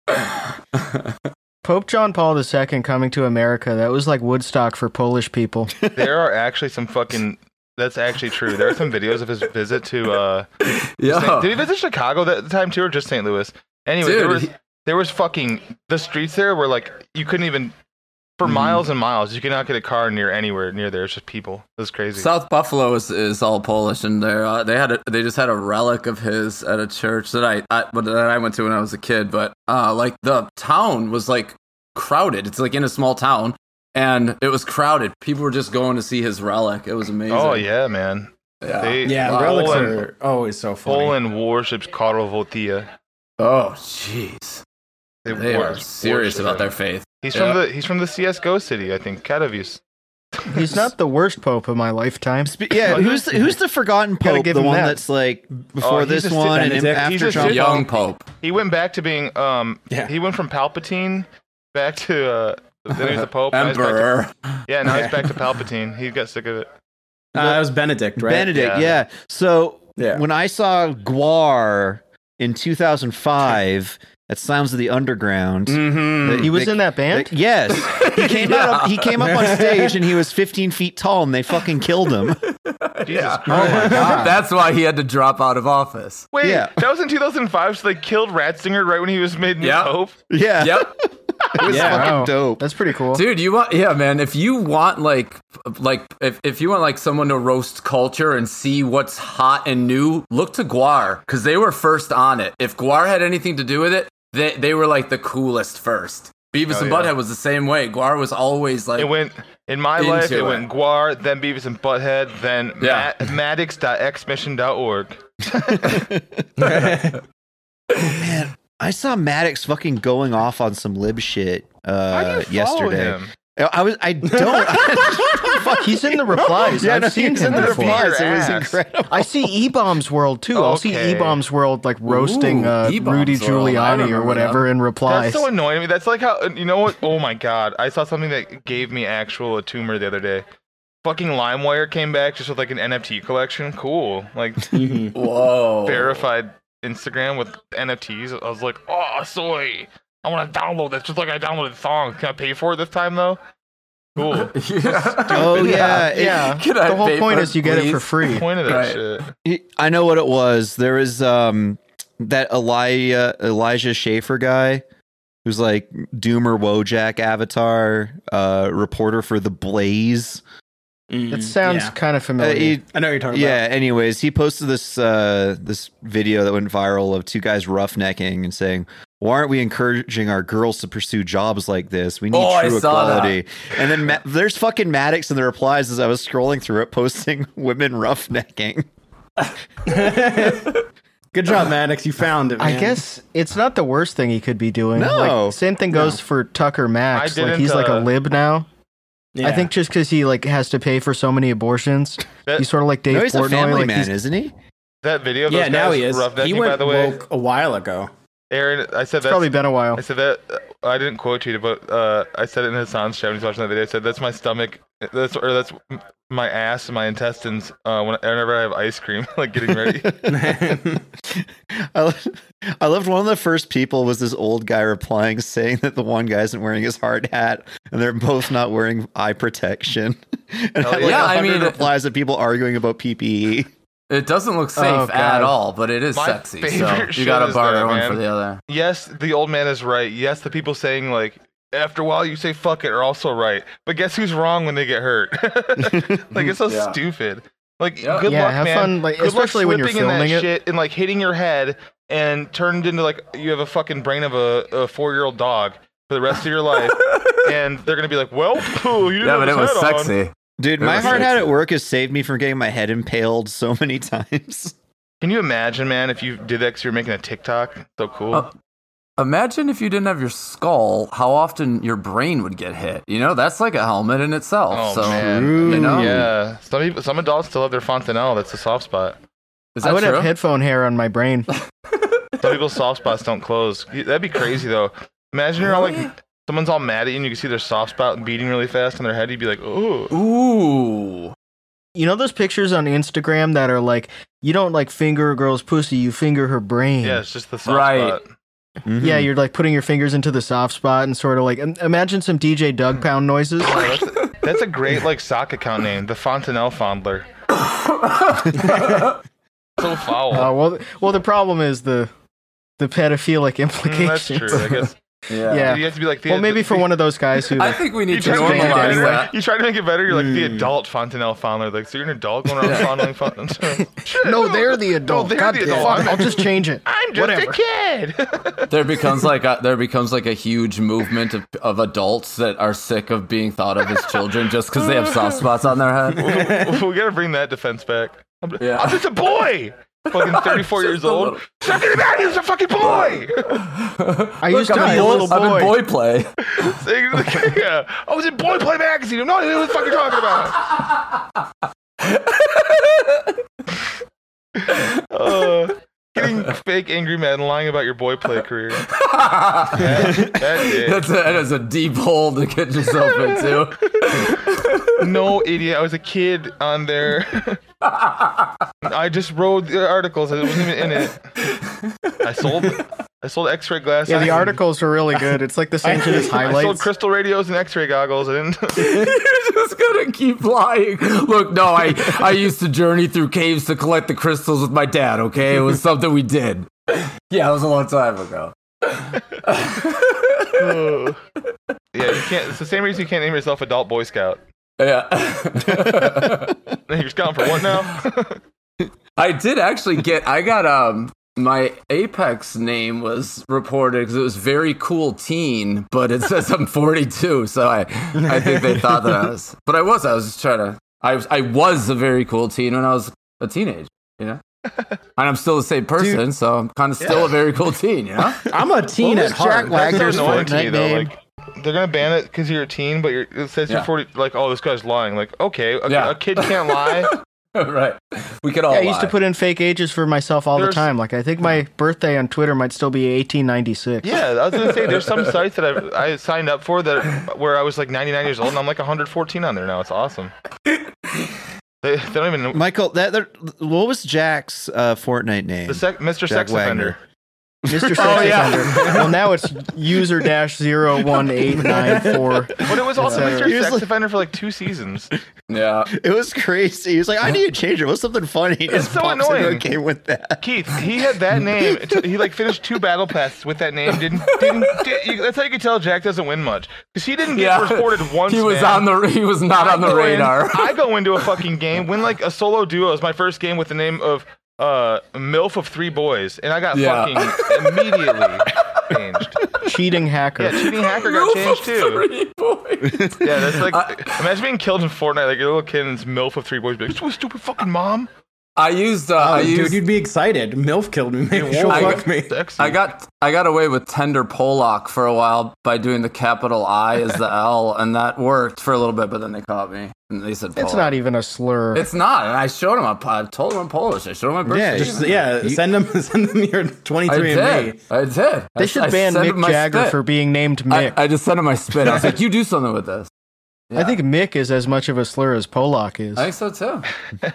It's crazy.
Pope John Paul II coming to America. That was like Woodstock for Polish people.
There are actually some fucking. That's actually true. There are some videos of his visit to. uh Saint-
yeah.
Did he visit Chicago that time too, or just St. Louis? Anyway, there
Oh. Dude,
was
he-
there was fucking the streets there were like you couldn't even
Mm-hmm.
for miles and miles you could not get a car near anywhere near there. It's just people. It was crazy.
South Buffalo is, is all Polish, and they uh, they had a, they just had a relic of his at a church that I, I but that I went to when I was a kid. But uh, like the town was like crowded. It's like in a small town, and it was crowded. People were just going to see his relic. It was amazing.
oh yeah, man.
yeah.
They-
Yeah,
Wow.
relics
Poland-
are always so funny.
Poland worships Karol Wojtyla.
oh jeez,
They,
they
wor-
are serious
worship
about
him.
their faith.
He's
Yeah.
from the he's from the CS:GO city, I think, Katowice.
He's not the worst pope of my lifetime.
Spe- Yeah, who's the, who's the forgotten
Gotta
pope?
give
The
him
one
that.
that's like before
Oh, he's
this
just
one and
Benedict.
after
He's just
John
Pope.
Young Pope.
He went back to being um
Yeah.
he went from Palpatine back to uh then he was the Pope. now he's back to-
Emperor.
yeah, now he's back to Palpatine. He got sick of it.
Uh, that was Benedict, right?
Benedict.
Yeah.
Yeah. So
Yeah.
when I saw Guar in 2005 at Sounds of the Underground,
Mm.
Mm-hmm.
He was
They-
in that
uh,
band.
yes, he came out. He came up on
Yeah.
stage and he was 15 feet tall, and they fucking killed him.
Jesus Christ.
That's why he had to drop out of office.
Wait,
Yeah.
that was in 2005, so they killed Ratzinger right when he was made new
Yeah.
Pope?
Yeah,
Yep.
it was
Yeah.
fucking
Wow.
dope.
That's pretty cool.
Dude, you want yeah, man, if you want like like if, if you want like someone to roast culture and see what's hot and new, look to Guar cuz they were first on it. If Guar had anything to do with it, they they were like the coolest first. Beavis
Oh,
and
yeah.
Butthead was the same way. Guar was always like
It went in my
Into
life. It,
it.
went Guar, then Beavis and Butthead, then
Yeah.
Mad- Maddox.xmission.org.
I saw Maddox fucking going off on some lib shit
How
uh,
do you follow
yesterday.
him?
I was. I don't. Fuck,
He's in the replies.
Yeah,
I've
no,
seen
he's in
him
the
before.
replies. It was
Ass.
incredible.
I see E Bombs World too. I'll see
Okay.
E Bombs World like roasting
Ooh,
uh,
E-Bombs
Rudy
World. I
Giuliani
remember
or whatever in replies.
That's so annoying to me. That's like how you know what? Oh my god! I saw something that gave me actual a tumor the other day. Fucking LimeWire came back just with like an NFT collection. Cool, like
Mm-hmm.
whoa.
verified Instagram with NFTs. I was like, oh soy, I want to download this just like I downloaded Thong. Can I pay for it this time though? Cool.
Yeah.
Oh yeah, it-
yeah,
Can I
the whole
pay
point
for
is you get it for
please?
free.
Point of that
Right.
shit.
I know what it was. There was um that Elijah Elijah Schaefer guy who's like Doomer Wojak avatar, uh reporter for the Blaze.
It sounds
Mm-hmm. Yeah.
kind of
Uh,
familiar.
he-
I know what you're talking
yeah, anyways, he posted this uh this video that went viral of two guys roughnecking and saying why aren't we encouraging our girls to pursue jobs like this? We need
Oh, I
true
saw that.
equality. And then Ma- there's fucking Maddox in the replies as I was scrolling through it, posting women roughnecking.
about. Good job, Maddox. You found it.
I
man.
guess it's not the worst thing he could be doing.
No.
Like, same thing goes for Tucker Max.
I
Like he's
didn't,
like a
uh,
lib now.
Yeah.
I think just because he like has to pay for so many abortions,
That-
he's sort of like Dave
no, he's
Portnoy.
a family
like
man,
he's-
isn't he?
That video, of
Yeah,
those
now
guys
he is.
roughnecking,
He went
by the way,
woke a while ago.
Aaron. I said
it's probably
that.
been a while.
I said that. uh, I didn't quote you, but uh, I said it in Hassan's chat when he's watching that video. I said that's my stomach. That's or that's my ass and my intestines. Uh, when, whenever I have ice cream, like getting ready.
I, lo- I loved one of the first people was this old guy replying saying that the one guy isn't wearing his hard hat and they're both not wearing eye protection. and had, like
yeah. I
100
mean-
replies of people arguing about E. PPE.
It doesn't look
Oh,
safe
God.
at all, but it is
My
sexy. So
favorite
you
shit
got to
is
barter
that,
one
man.
for the other.
yes, the old man is right. Yes, the people saying like after a while you say fuck it are also right. But guess who's wrong when they get hurt? like it's so
Yeah.
stupid. Like
Yeah.
good
yeah,
luck,
have
man.
fun. Like
Good luck
especially when you're
slipping in
filming
that
it.
shit and like hitting your head and turned into like you have a fucking brain of a, a four year old dog for the rest of your life. and they're gonna be like, "Well, phew, you didn't
Yeah,
have
but
his
it was
hat on."
sexy.
Dude,
That
my
was
hard hat
sexy.
at work has saved me from getting my head impaled so many times.
Can you imagine, man, if you did that because you were making a TikTok? So cool.
Oh. Imagine if you didn't have your skull, how often your brain would get hit. You know, that's like a helmet in itself.
Oh,
so,
man.
you know,
Yeah, some people, some adults still have their fontanelle. That's a soft spot.
is
I
that
would
true?
have headphone hair on my brain.
Some people's soft spots don't close. That'd be crazy though. Imagine you're all like, someone's all mad at you, and you can see their soft spot beating really fast on their head. You'd be like, ooh.
Ooh.
You know those pictures on Instagram that are like, you don't like finger a girl's pussy, you finger her brain.
Yeah, it's just the soft
Right.
spot.
Mm-hmm.
Yeah, you're like putting your fingers into the soft spot and sort of like im- imagine some DJ
Hmm.
Doug Pound noises.
Yeah, that's, a, that's a great like sock account name, the Fontanelle Fondler. so foul.
Uh, well, well, the problem is the the pedophilic
Mm, that's
implications.
true. I guess.
Yeah.
You have to be like the,
Well, maybe for one of those guys who
I
like,
think we need to
just made it
normalize
anyway.
that.
You try to make it better. You're like the
Hmm.
adult Fontanelle Fondler. Like, so you're an adult going around fondling Fontanelle.
no, they're the adult.
they're
God
the
damn it.
adult.
I'll just change it.
I'm just
Whatever.
a kid.
There becomes like a, there becomes like a huge movement of, of adults that are sick of being thought of as children just because they have soft spots on their head.
we gotta bring that defense back. I'm, ju-
Yeah.
I'm just a boy. Fucking 34
Just
years
a
old.
little-
Something about you is a fucking boy.
I
used to be a little
I'm in
boy.
boy play.
yeah. I was in Boy Play magazine. I'm not even what the fuck you're talking about. Uh, getting fake angry mad and lying about your boy play career. That, that did.
That's a, that is a deep hole to get yourself into.
no idiot. I was a kid on there. I just wrote the articles. I wasn't even in it. I sold. I sold X-ray glasses.
Yeah, the articles are really good. It's like the same shit as
I sold
highlights.
crystal radios and X-ray goggles. I didn't.
You're just gonna keep lying. Look, no, I I used to journey through caves to collect the crystals with my dad. Okay, it was something we did. Yeah, it was a long time ago.
yeah, you can't. It's the same reason you can't name yourself Adult Boy Scout.
Yeah.
You're scouting for what now?
I did actually get. I got um my Apex name was reported because it was very cool teen, but it says I'm 42, so I I think they thought that I was, but I was. I was just trying to. I was I was a very cool teen when I was a teenager, you know. And I'm still the same person, so I'm kind of still a very cool teen, you know.
I'm a teen at
was
heart.
Jack Wagner's
so annoying to me
Fortnite
though.
name?
Like, they're gonna ban it because you're a teen, but you're, it says
Yeah.
you're 40. Like, oh, this guy's lying. Like, okay, a,
Yeah.
a kid can't lie.
right? We could all.
Yeah, I used to
lie.
put in fake ages for myself all
There's-
the time. Like I think my birthday on Twitter might still be 1896.
Yeah, I was gonna say there's some sites that I've, I signed up for that where I was like 99 years old and I'm like 114 on there now. It's awesome. They, they don't even know.
Michael, that, that what was Jack's uh, Fortnite name?
the sec, Mr.
Jack
Sex
Wagner.
Offender.
Mr. Sex
yeah.
Offender. Well, now it's user dash zero one eight nine four.
But it was also
Yeah.
Mr.
He was
Sex
like-
Offender for like two seasons.
Yeah,
It was crazy. He was like, I need to change it. What's something funny? He just
so
pops into a
annoying.
game with that.
Keith, he had that name. It took- He like finished two battle paths with that name. Didn't didn't. Did, you- that's how you can tell Jack doesn't win much because he didn't get
Yeah.
reported once.
he was
man.
on the. He was not on the
go in-
radar.
I go into a fucking game, win like a solo duo is my first game with the name of uh MILF of three boys, and I got
Yeah.
fucking immediately changed.
Cheating hacker.
Yeah, cheating hacker got changed too.
Three boys.
Yeah, that's like imagine being killed in Fortnite, like your little kid and it's MILF of three boys, be like, "Stupid- stupid fucking mom.
I used.
Um,
Uh, I
Oh,
used.
dude, you'd be excited. MILF killed me. Maybe she'll
I-
fuck me.
Sexy.
I got I got away with tender Pollock for a while by doing the capital I as the L, and that worked for a little bit. But then they caught me, and they said
It's
Pollock.
not even a slur.
It's not. And I showed him. I I told him I'm Polish. I showed him my birth.
Yeah,
certificate.
Just, yeah, send them. Send them your
I
23 and
did.
me.
I did. I-
they should
I
ban
sent him
Mick
my
Jagger
spit.
for being named Mick.
I, I just sent him my spit. I was like, "You do something with this."
I think Mick is as much of a slur as Pollock is.
I think so too.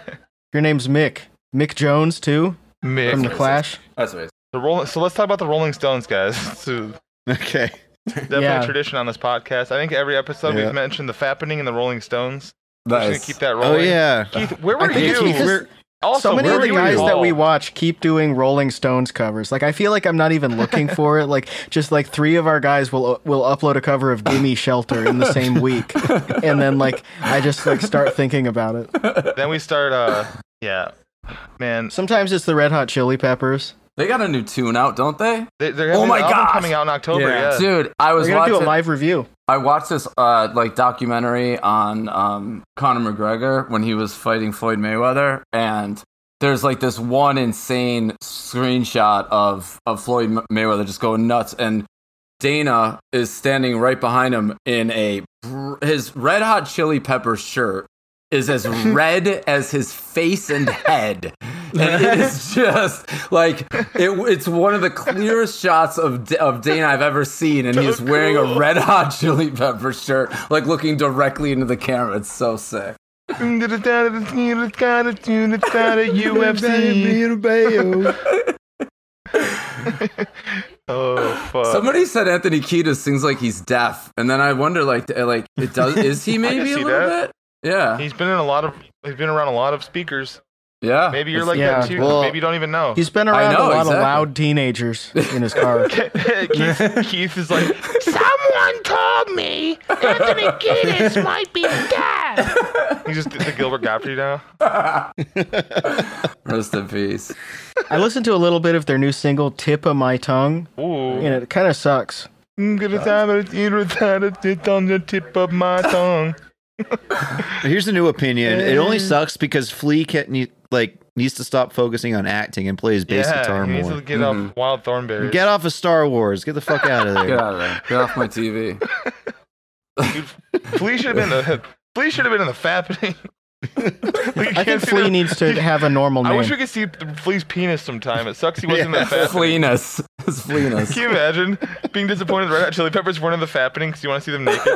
Your name's Mick. Mick Jones too
Mick.
from the Clash.
That's what it is.
The Rolling, so let's talk about the Rolling Stones, guys. So
Okay.
definitely
Yeah.
a tradition on this podcast. I think every episode
Yeah.
we've mentioned the Fappening and the Rolling Stones. We're just
Nice.
gonna keep that rolling.
Oh yeah.
Keith, where
I
were
think it's
you?
because-
Where- also,
so many
where
of the
were you
guys that we
involved?
watch keep doing Rolling Stones covers. Like I feel like I'm not even looking for it. Like just like three of our guys will will upload a cover of Gimme Shelter in the same week, and then like I just like start thinking about it.
Then we start. uh Yeah, man.
Sometimes it's the Red Hot Chili Peppers.
They got a new tune out, don't they?
They, they're
Oh
having
my
an album
gosh.
coming out in October.
Yeah.
Yeah.
Dude, I was
We're gonna
watching.
do a live review.
I watched this uh, like documentary on um, Conor McGregor when he was fighting Floyd Mayweather, and there's like this one insane screenshot of of Floyd M- Mayweather just going nuts, and Dana is standing right behind him in a br- his Red Hot Chili Pepper shirt is as red as his face and head. And it is just like it, it's one of the clearest shots of D- of Dana I've ever seen, and he's wearing a red hot chili pepper shirt, like looking directly into the camera. It's so sick.
UFC. Oh fuck!
Somebody said Anthony Kiedis sings like he's deaf, and then I wonder, like, uh, like it does is he maybe a
see
little
that.
bit? Yeah,
he's been in a lot of. He's been around a lot of speakers.
yeah.
Maybe you're like
yeah,
that too.
well-
Maybe you don't even know.
He's been
I
around
know,
a lot
exactly.
of loud teenagers in his car.
Keith, Keith is like, someone told me Anthony Kiedis might be dead. He's just the Gilbert uh, Godfrey now.
Rest in peace.
I listened to a little bit of their new single "Tip of My Tongue,"
Ooh.
and it kind of sucks.
I'm gonna time it, you know, time it, it's on the tip of my tongue.
Here's a new opinion. It only sucks because Flea can't need, like needs to stop focusing on acting and play his bass guitar
Yeah, he needs
more.
to get
Mm-hmm.
off Wild Thornberry.
Get off of Star Wars. Get the fuck out of
Get
there.
out of there. Get off my TV.
Flea should have been the Flea should have been in the fapping.
I think Flea needs to have a normal
I wish we
name.
could see Flea's penis sometime. It sucks he wasn't in the fapping.
Fleenus. It's Fleenus.
Can you imagine being disappointed that Red Hot Chili Peppers weren't in the fapping because you want to see them naked?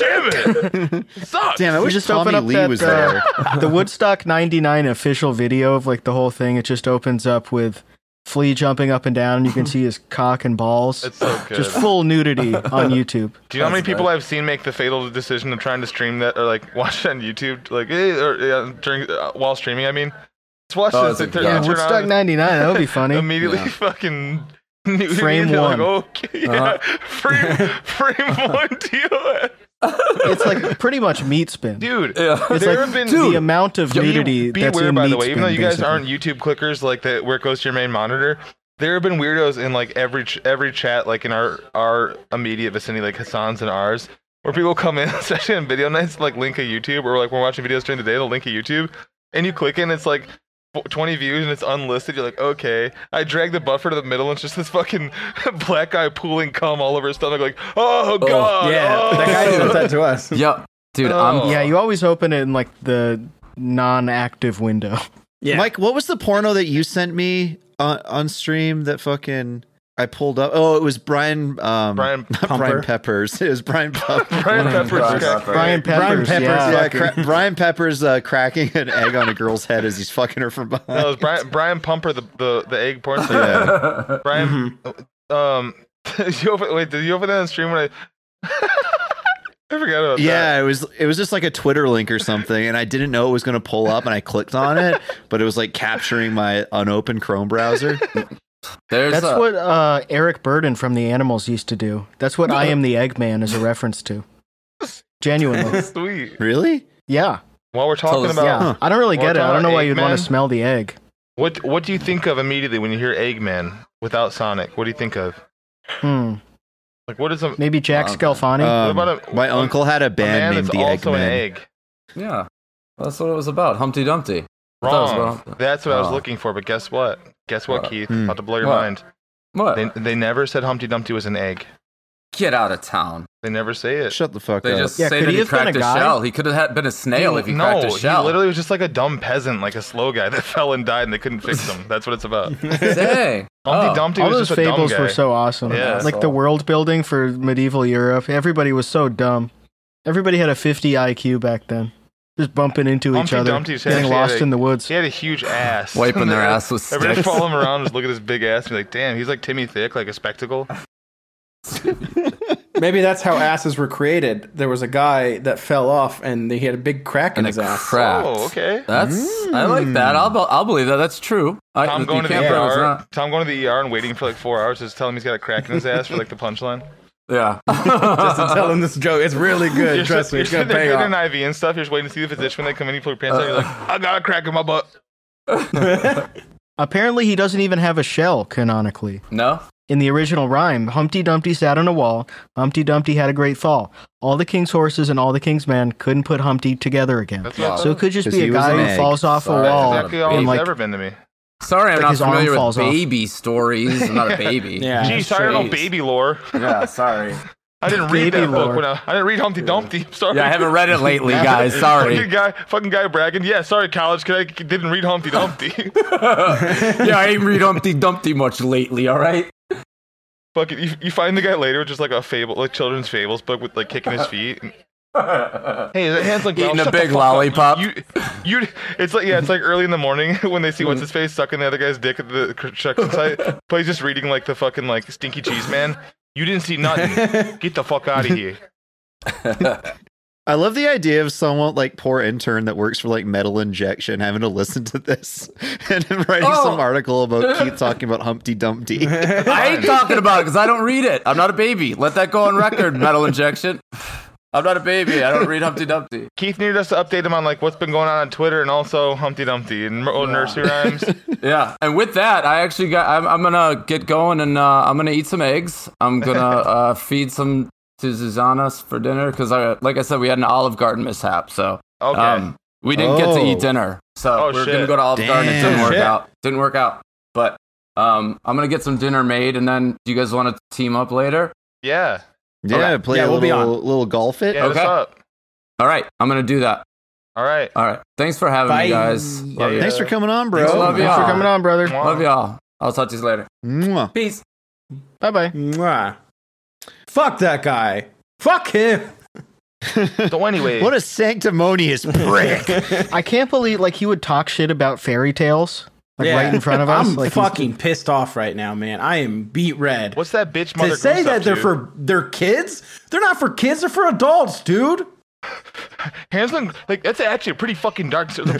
Damn it! It Sucks.
Damn, I
We
wish
just
Tommy
open up
Lee
that,
was
uh,
there.
the Woodstock '99 official video of like the whole thing. It just opens up with Flea jumping up and down, and you can see his cock and balls.
It's so good.
just full nudity on YouTube.
Do you know how many people I've seen make the fatal decision of trying to stream that or like watch it on YouTube, like eh, or yeah, during uh, while streaming? I mean, just watch
Oh,
this.
it's
They
a-
turn,
yeah,
yeah,
Yeah,
turn
Woodstock
on,
'99. That would be funny.
immediately
Yeah.
fucking. nudity,
Frame
they're like,
one.
okay, yeah,
Uh-huh.
frame, frame one deal,
It's like pretty much meat spin.
dude.
Yeah.
it's
there
like
have been
the amount of
Be-
nudity
Be
that's
aware,
in
by
meat
the way,
spin,
even though you guys
basically.
aren't YouTube clickers, like that, where it goes to your main monitor, there have been weirdos in like every ch- every chat, like in our our immediate vicinity, like Hassan's and ours, where people come in, especially on video nights, like link a YouTube, or like we're watching videos during the day, they'll link a YouTube, and you click in, it's like. fo- 20 views and it's unlisted. You're like, okay. I drag the buffer to the middle and it's just this fucking black guy pooling cum all over his stomach. Like, oh god.
yeah,
oh.
that guy did that to us.
Yep. Dude,
Oh.
I'm
Yeah, you always open it in like the non-active window.
Yeah.
Mike, what was the porno that you sent me on, on stream that fucking I pulled up? Oh, it was Brian. Um,
Brian
not
Pumper.
Brian Peppers. It was Brian Pumper.
Brian Pepper's
Pepper.
cock-
Brian Peppers.
Peppers,
yeah.
yeah, cra- Brian Peppers uh, cracking an egg on a girl's head as he's fucking her from
No, it
behind.
was Brian, Brian Pumper, the, the, the egg porn star.
Yeah.
Oh.
Mm-hmm.
Brian, um, did you open, wait, did you open that on stream when I? I forgot about that.
Yeah, it was it was just like a Twitter link or something, and I didn't know it was gonna pull up, and I clicked on it, but it was like capturing my unopened Chrome browser.
there's
That's
a,
what uh, Eric Burden from The Animals used to do. That's what I Am the Eggman is a reference to. Genuinely.
Sweet.
Really?
Yeah.
While we're
Tell
talking
us-
about
Yeah. I don't really
Wanna
get it.
talk
I don't know
about
why you'd want
Eggman?
to smell the egg.
what, what do you think of immediately when you hear Eggman without Sonic? What do you think of?
Hmm.
Like, what is a, a
Maybe Jack
Wow.
Uh,
Scalfani.
Um,
about a-
my uncle had a band
man
named
that's
the
also an
Eggman.
egg?
yeah. That's what it was about. Humpty Dumpty. I thought it was
Wrong.
about-
That's what I was
Oh.
looking for. But guess what? Guess what,
What?
Keith?
Hmm.
About to blow your
What?
mind.
What?
They, they never said Humpty Dumpty was an egg.
Get out of town.
They never say it.
Shut the fuck
They
up.
just
Yeah,
say
could
that
he
he,
have been
cracked
a
a
guy?
shell. He could have been a snail if he cracked a shell.
He literally was just like a dumb peasant, like a slow guy that fell and died and they couldn't fix him. That's what it's about. Humpty
Dang. Oh.
Dumpty
All
was
those
just a dumb
fables
guy.
were so awesome.
Yeah.
Like the world building for medieval Europe. Everybody was so dumb. Everybody had a 50 IQ back then. Just bumping into each
Humpty
other,
Dumpty's
getting
actually
lost
had a-
in the woods.
he had a huge ass.
Wiping their ass with
Everybody
sticks.
following him around, just look at his big ass and be like, damn, he's like Timmy Thick, like a spectacle.
Maybe that's how asses were created. There was a guy that fell off and he had a big crack in
And a
his ass.
crack.
Oh, okay.
That's I like that. I'll, be- I'll believe that. That's true. I,
Tom
you
going to the
can't prove it's
ER.
not.
Tom going to the ER and waiting for like four hours, just telling him he's got a crack in his ass for like the punchline.
Yeah.
Just to tell him this joke. It's really good. Trust me.
you're
It's going
sitting
to
there
pay
getting
off.
an IV and stuff. You're just waiting to see the physician when they come in. You pull your pants out. You're like,
Uh,
I got a crack in my butt.
Apparently, he doesn't even have a shell canonically.
no.
in the original rhyme, Humpty Dumpty sat on a wall. Humpty Dumpty had a great fall. All the king's horses and all the king's men couldn't put Humpty together again.
That's what I
So it
thought.
could just
'Cause
be
he
a
was
guy
an
who
egg.
falls off a
Sorry,
wall.
that's
exactly all
and,
it's
like-
ever been to me.
Sorry, I'm
Like
not
his arm
familiar
falls
with
off.
baby stories. I'm not a baby.
Yeah.
Gee, sorry, I don't know
Jeez.
baby lore.
Yeah, sorry.
I didn't read
Baby
that
lore.
book when I, I didn't read Humpty Dumpty. I'm sorry.
Yeah, I haven't read it lately, guys.
Fucking
Sorry.
guy, fucking guy bragging. Yeah, sorry, college kid. I didn't read Humpty Dumpty.
yeah, I ain't read Humpty Dumpty much lately. All right.
fucking, you, you find the guy later with just like a fable, like children's fables book with like kicking his feet. Hey, is that hands like
Eating
Ralph?
a
Shut the
big
fuck up.
lollipop.
You, you, it's like yeah, it's like early in the morning when they see what's
Mm.
his face sucking the other guy's dick at the construction site, but he's just reading like the fucking like stinky cheese man. You didn't see nothing. Get the fuck out of here.
I love the idea of someone like poor intern that works for like metal injection having to listen to this and then writing
Oh.
some article about Keith talking about Humpty Dumpty.
I ain't talking about it because I don't read it. I'm not a baby. Let that go on record, metal injection. I'm not a baby. I don't read Humpty Dumpty.
Keith needed us to update him on like what's been going on on Twitter and also Humpty Dumpty and mer- old nursery rhymes.
Yeah. And with that, I actually got, I'm, I'm going to get going and uh, I'm going to eat some eggs. I'm going to uh, feed some to Susanna for dinner because, I, like I said, we had an Olive Garden mishap. So
Okay.
um, we didn't get to
Oh.
eat dinner. So
Oh,
we we're going to
shit.
go to Olive Garden. It didn't
Damn.
work
Shit.
out. Didn't work out. But um, I'm going to get some dinner made and then do you guys want to team up later?
yeah.
yeah, play
Yeah,
a
we'll be
little, little golf it.
Yeah, what's
Okay.
up?
All right. I'm going to do that.
All right.
All right. Thanks for having
Bye.
me, guys.
Yeah,
Love you.
Thanks for coming on, bro.
Thanks, love
Thanks for
Yeah.
coming on, brother.
Love y'all. I'll talk to you later.
Mwah.
Peace.
Bye bye.
Mwah. Fuck that guy. Fuck him.
So anyway,
What a sanctimonious prick.
I can't believe like he would talk shit about fairy tales like
Yeah.
right in front of us.
I'm
like he's-
fucking pissed off right now, man. I am beat red.
what's that bitch mother
to say
goose up
that they're
to?
for their kids? They're not for kids. They're for adults, dude.
Hanslin, like that's actually a pretty fucking dark. story.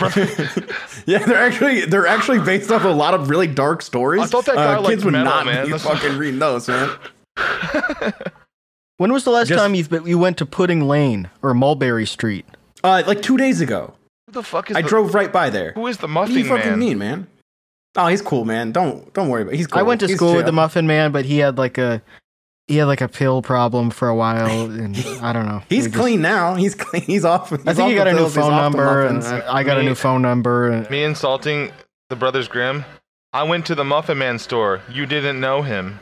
Yeah, they're actually they're actually based off a lot of really dark stories.
I thought that guy
uh,
liked
kids would
metal,
not
man.
be
That's-
fucking reading those, man.
When was the last
Just-
time you've been, you went to Pudding Lane or Mulberry Street?
Uh, like two days ago,
Who the fuck is
I
the,
drove right by there.
Who is the
What do you
muffin
fucking
man?
mean, man? Oh, he's cool, man. Don't don't worry about. It. He's cool.
I went to
He's
school with
chill.
the Muffin Man, but he had like a he had like a pill problem for a while, and I don't know.
He's
We just-
clean now. He's clean. He's off. He's
I
off
think he
the
got a new
pills. He's
phone
off the
number, and
muffins.
I I got a new phone number. And
Me insulting the Brothers Grimm. I went to the Muffin Man store. You didn't know him.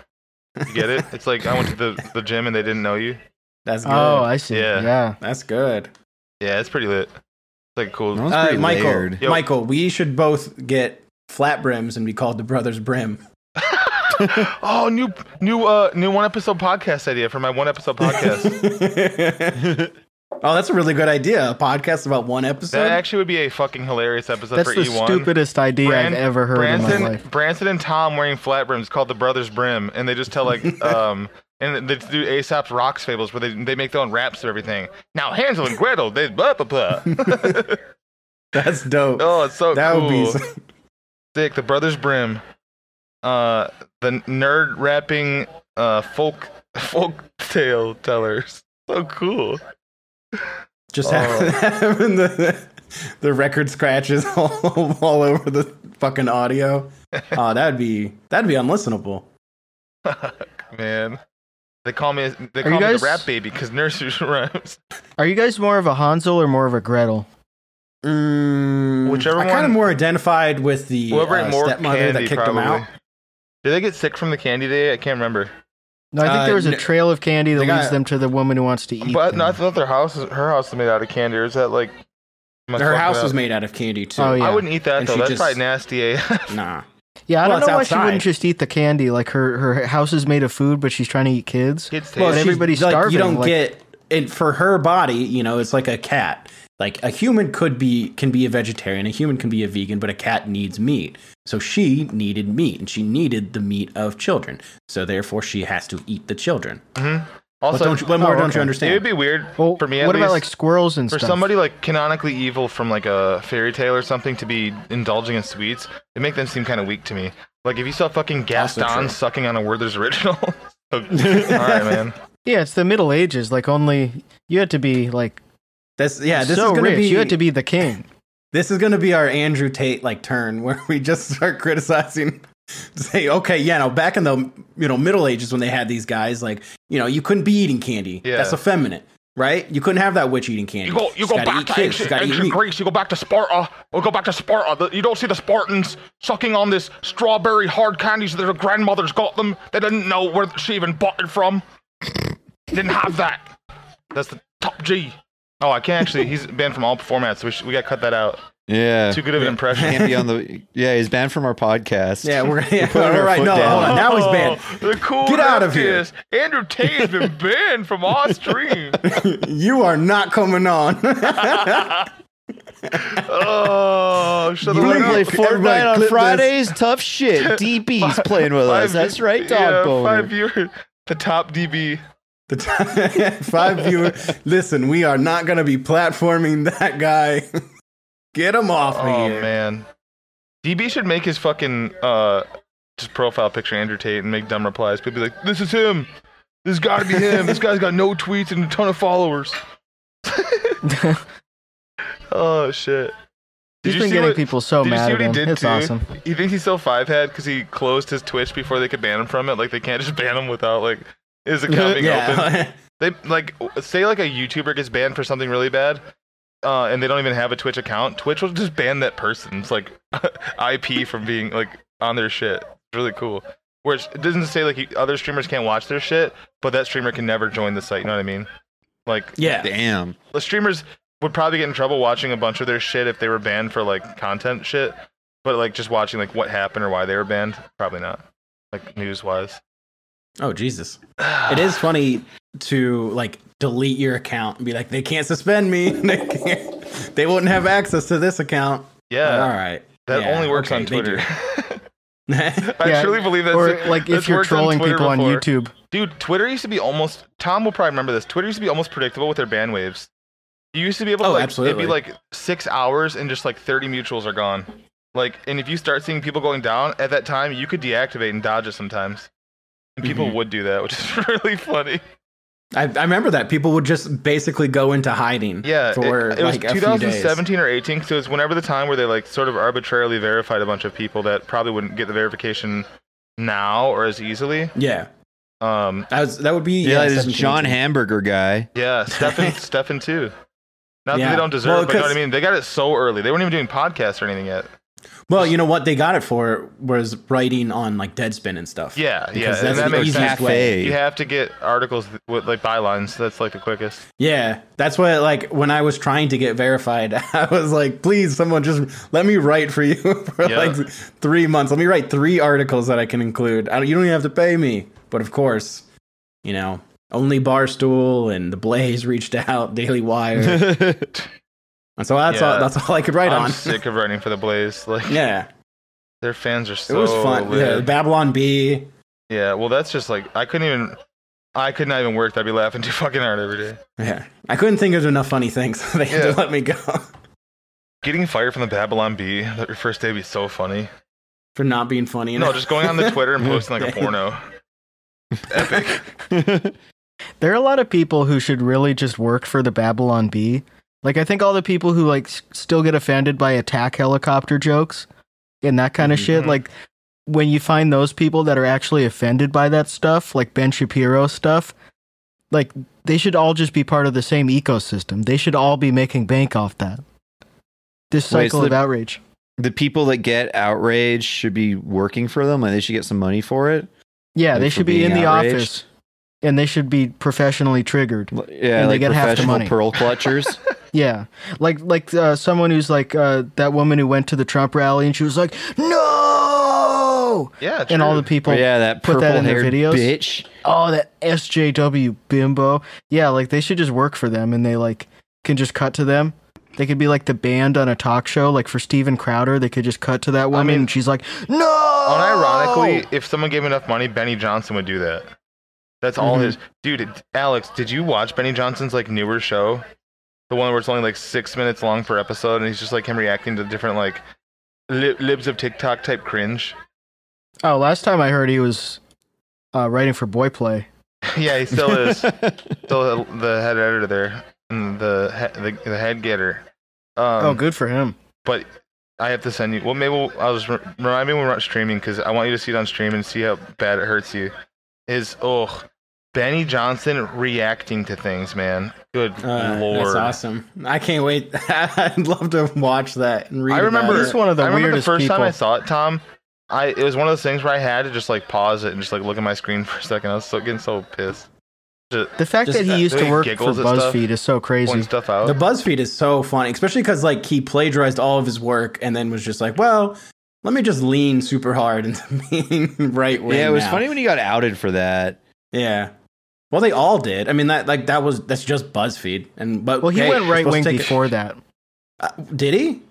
You get it? It's like I went to the, the gym and they didn't know you.
That's good.
oh, I see.
Yeah.
yeah.
That's good.
Yeah, it's pretty lit. It's like cool.
That was
Uh,
pretty
Michael,
layered.
Yo.
Michael, we should both get flat brims and be called the Brothers Brim.
oh, new new uh new one episode podcast idea for my one episode podcast.
oh, that's a really good idea. A podcast about one episode.
that actually would be a fucking hilarious episode
That's
for E
the
E1.
stupidest idea
Bran-
I've ever heard
Branson,
in my life.
Branson and Tom wearing flat brims called the Brothers Brim, and they just tell like um and they do Aesop's Rocks fables where they they make their own raps of everything. Now Hansel and Gretel, they blah blah blah.
that's dope.
oh, it's so
that
cool.
would be.
sick. The Brothers Brim, uh, the nerd rapping uh folk folk tale tellers. So cool.
Just
Oh.
having, having the the record scratches all, all over the fucking audio. Oh, that'd be that'd be unlistenable.
Man. They call me they
Are
call
you
me
guys-
the rap baby because nursery rhymes.
Are you guys more of a Hansel or more of a Gretel?
Mm,
Whichever
I kind
one-
of more identified with the
Whoever
uh,
ate more
stepmother that
candy
kicked
probably.
him out.
Did they get sick from the candy day? I can't remember.
No, I think
Uh,
there was a
no-
trail of candy that
they got-
leads them to the woman who wants to eat.
But no, I
them.
thought their house is, her house is made out of candy. Or is that like am I
Her
fucking
house
up?
was made out of candy too.
Oh, yeah.
I wouldn't eat that
And
though.
she
That's
just-
probably nasty. Eh?
Nah.
yeah, I
Well,
don't
it's
know why she
outside.
wouldn't just eat the candy. Like her, her house is made of food, but she's trying to eat kids.
Kids taste.
Well,
it.
she's- everybody's
like,
starving,
You don't
like-
get and for her body, you know, it's like a cat. Like a human could be can be a vegetarian, a human can be a vegan, but a cat needs meat. So she needed meat, and she needed the meat of children. So therefore, she has to eat the children. What
also,
don't you, what more
oh, okay.
don't you
it would
understand?
be weird
Well,
for me. At
what
least,
about like squirrels and
for
stuff?
somebody like canonically evil from like a fairy tale or something to be indulging in sweets, it make them seem kind of weak to me. Like if you saw fucking
Also true.
Gaston sucking on a Werther's original. all right, man.
yeah, it's the Middle Ages. Like only you had to be like
That's yeah. This
so
is gonna
rich.
be
You had to be the king.
this is gonna be our Andrew Tate like turn where we just start criticizing say, okay, yeah, no, back in the you know Middle Ages when they had these guys, like you know, you couldn't be eating candy.
Yeah.
That's effeminate, right? You couldn't have that witch eating candy.
You go, you
She's
go
gotta
back
eat
to
kids, she's
ancient,
gotta eat
ancient
meat.
Greece. You go back to Sparta. We'll go back to Sparta. The- You don't see the Spartans sucking on this strawberry hard candies that their grandmothers got them. They didn't know where she even bought it from. didn't have that. That's the top G. Oh, I can't actually. He's banned from all formats. We, should, we got to cut that out.
Yeah.
Too good of an impression.
Can't be on the. Yeah, he's banned from our podcast.
Yeah, we're yeah,
putting our
all right.
foot
No,
down.
hold on. Now he's banned.
Oh, The cool
Get out of
fact
here.
is, Andrew Tate's been banned from all streams.
You are not coming on.
Oh, shut the
You
fuck
wanna
up.
play
Everybody
Fortnite
clip
on
this.
Fridays? Tough shit. DB's playing with us.
Five-
That's right, Dog
yeah,
Boner.
Five year, the top DB.
the t- five viewer. Listen, we are not gonna be platforming that guy. Get him off
Oh
of here.
man, DB should make his fucking uh just profile picture Andrew Tate and make dumb replies. People be like, "This is him. This has got to be him. this guy's got no tweets and a ton of followers." Oh shit.
He's
Did you
been
see
getting
what-
people so
did you
mad at
see what he
him.
did
It's
too?
awesome.
You think he's still five head because he closed his Twitch before they could ban him from it? Like they can't just ban him without like his account being open.
yeah.
They like say like a YouTuber gets banned for something really bad, uh, and they don't even have a Twitch account. Twitch will just ban that person's like IP from being like on their shit. It's really cool. Where it's- it doesn't say like you, other streamers can't watch their shit, but that streamer can never join the site. You know what I mean? Like
yeah.
Damn.
the streamers would probably get in trouble watching a bunch of their shit if they were banned for like content shit, but like just watching like what happened or why they were banned, probably not. Like news wise.
Oh Jesus! it is funny to like delete your account and be like, they can't suspend me. they can't. They wouldn't have access to this account.
Yeah,
All right.
that
Yeah,
only works
okay,
on
they do.
Twitter. I
Yeah,
truly believe that's
Or like
that's
if you're
worked on
trolling
Twitter
people on
before.
YouTube.
Dude, Twitter used to be almost. Tom will probably remember this. Twitter used to be almost predictable with their band waves. You used to be able to
Oh,
like it'd
absolutely.
be like six hours and just like thirty mutuals are gone. Like, and if you start seeing people going down at that time, you could deactivate and dodge it sometimes. And people
Mm-hmm.
would do that, which is really funny.
I, I remember that people would just basically go into hiding.
Yeah, it-
for
it,
like
was
a few days.
2017 or 18, so it was whenever the time where they like sort of arbitrarily verified a bunch of people that probably wouldn't get the verification now or as easily.
Yeah,
Um,
that was that would be
Yeah, this
17,
John
18.
Hamburger guy.
Yeah, Stefan, Stefan too. Not that
Yeah.
they don't deserve,
Well,
it, but you know what I
'cause-
mean. They got it so early. They weren't even doing podcasts or anything yet.
Well, you know what they got it for was writing on like Deadspin and stuff.
Yeah, yeah,
Because
and
that's
that
the
makes
easiest
sense.
way.
Cafe.
You have to get articles with like bylines. That's like the quickest.
Yeah, that's why. Like when I was trying to get verified, I was like, "Please, someone just let me write for you for
Yeah.
like three months. Let me write three articles that I can include. I don't, you don't even have to pay me." But of course, you know, only Barstool and the Blaze reached out, Daily Wire, and so that's
Yeah.
all. That's all I could write
I'm
on.
sick of writing for the Blaze. Like
yeah,
their fans are
it
so.
was fun. Yeah,
lit.
Babylon B.
Yeah, Well, that's just like I couldn't even. I could not even work. I'd be laughing too fucking hard every day.
Yeah, I couldn't think of enough funny things. so they had
Yeah.
to let me go
Getting fired from the Babylon Bee that your first day would be so funny.
for not being funny.
You know, just going on the Twitter and posting like a
Yeah.
porno. Epic.
There are a lot of people who should really just work for the Babylon Bee. Like I think all the people who like s- still get offended by attack helicopter jokes and that kind of shit.
Mhm.
Like when you find those people that are actually offended by that stuff, like Ben Shapiro stuff, like they should all just be part of the same ecosystem. They should all be making bank off that. This
Wait, so
cycle of
the-
outrage.
the people that get outraged should be working for them and they should get some money for it.
Yeah,
Like,
they
for
should be
being
in the
outraged?
office and they should be professionally triggered.
L- Yeah,
And they
like
get half the
professional
money.
pearl clutchers.
Yeah, like like uh, someone who's like uh, that woman who went to the Trump rally and she was like, "No!"
Yeah, true.
and all the people,
But yeah, that
Put
purple
that in their
haired
videos?
bitch.
oh, that SJW bimbo. Yeah, like they should just work for them, and they like can just cut to them. They could be like the band on a talk show, like for Steven Crowder. They could just cut to that woman,
mean-
and she's like, "No!" Oh.
Unironically, if someone gave him enough money, Benny Johnson would do that. That's all
Mhm.
his. Dude, Alex, did you watch Benny Johnson's like newer show? The one where it's only like six minutes long per episode, and he's just like him reacting to different like li- libs of TikTok type cringe.
oh, last time I heard, he was uh, writing for Boy Play.
yeah, he still is still the head editor there, and the he- the, the head getter. Um,
oh, good for him.
But I have to send you. Well, maybe we'll, I'll just re- remind me when we're not streaming because I want you to see it on stream and see how bad it hurts you. Is oh, Benny Johnson reacting to things, man. Good
Uh,
lord.
That's awesome. I can't wait. I'd love to watch that and read.
I remember
about
He's one of the
I remember
weirdest
the first time I
people.
saw it, Tom. I it was one of those things where I had to just like pause it and just like look at my screen for a second. I was so, getting so pissed. Just
The fact
Just
that
that
he used to
he
work for
giggles and stuff.
BuzzFeed is so
point
crazy.
stuff out.
it. The BuzzFeed is so funny, especially because like he plagiarized all of his work and then was just like, well, let me just lean super hard into being right wing.
yeah, it was
now.
funny when he got outed for that.
Yeah. Well, they all did. I mean, that like that was that's just BuzzFeed, and but
Well, he
hey,
went
we're
right wing
supposed to take
before that.
it- uh, did he?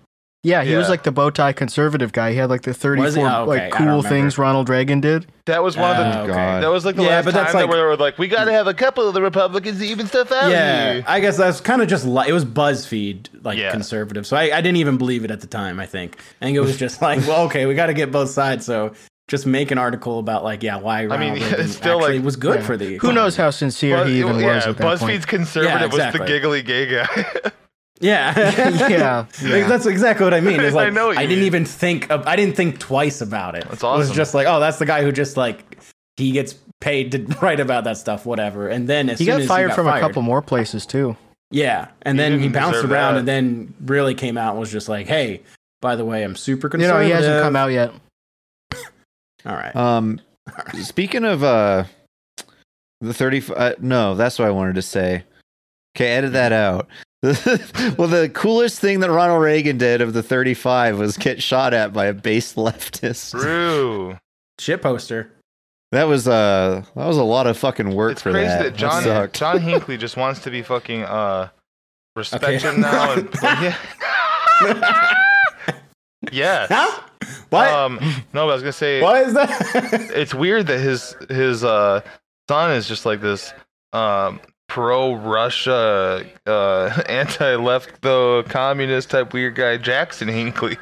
Yeah, he was
Yeah.
like the bow tie conservative guy. He had like the 34
Was he? Oh, okay. I
like
don't
cool
remember.
things Ronald Reagan did.
that was one of the
Uh, okay.
God.
that was like the
Yeah,
last
but
time
that's
that
like-
we were like, we gotta have a couple of the Republicans to even stuff out.
Yeah,
here."
I guess that's kind of just like it was BuzzFeed like
Yeah.
conservative, so I, I didn't even believe it at the time. I think I think it was just like, well, okay, we got to get both sides, so just make an article about like, yeah, why Ronald
mean,
Reagan
it's still,
actually
like-
was good
Yeah.
for the
Who knows how sincere
Buzz-
he even
yeah,
was at that
BuzzFeed's
point.
conservative
Yeah,
was
exactly.
the giggly gay guy.
Yeah,
Yeah.
Like, that's exactly what I mean. It's
I
like I,
know what you
didn't
mean.
even think of, I didn't think twice about it.
That's
It was
awesome.
just like, oh, that's the guy who just like he gets paid to write about that stuff, whatever. And then as
He
soon as
got
he
fired
got
from a
fired-
couple more places too.
Yeah, and
He
then he
didn't
bounced
deserve
around,
that.
and then really came out and was just like, "Hey, by the way, I'm
You
super
know,
conservative."
he hasn't come out yet.
All right.
Um, speaking of uh, the thirty, uh, no, that's what I wanted to say. Okay, edit that out. well, the coolest thing that Ronald Reagan did of the thirty-five was get shot at by a base leftist.
True.
Shit poster.
That was uh, that was a lot of fucking work
It's
for
crazy
that.
that, John
sucked.
John Hinckley just wants to be fucking uh respect
Okay.
him now and yeah. yes.
Huh? What?
Um no, but I was gonna say
what is that?
it's weird that his his uh son is just like this um pro Russia uh anti left though communist type weird guy Jackson Hinckley.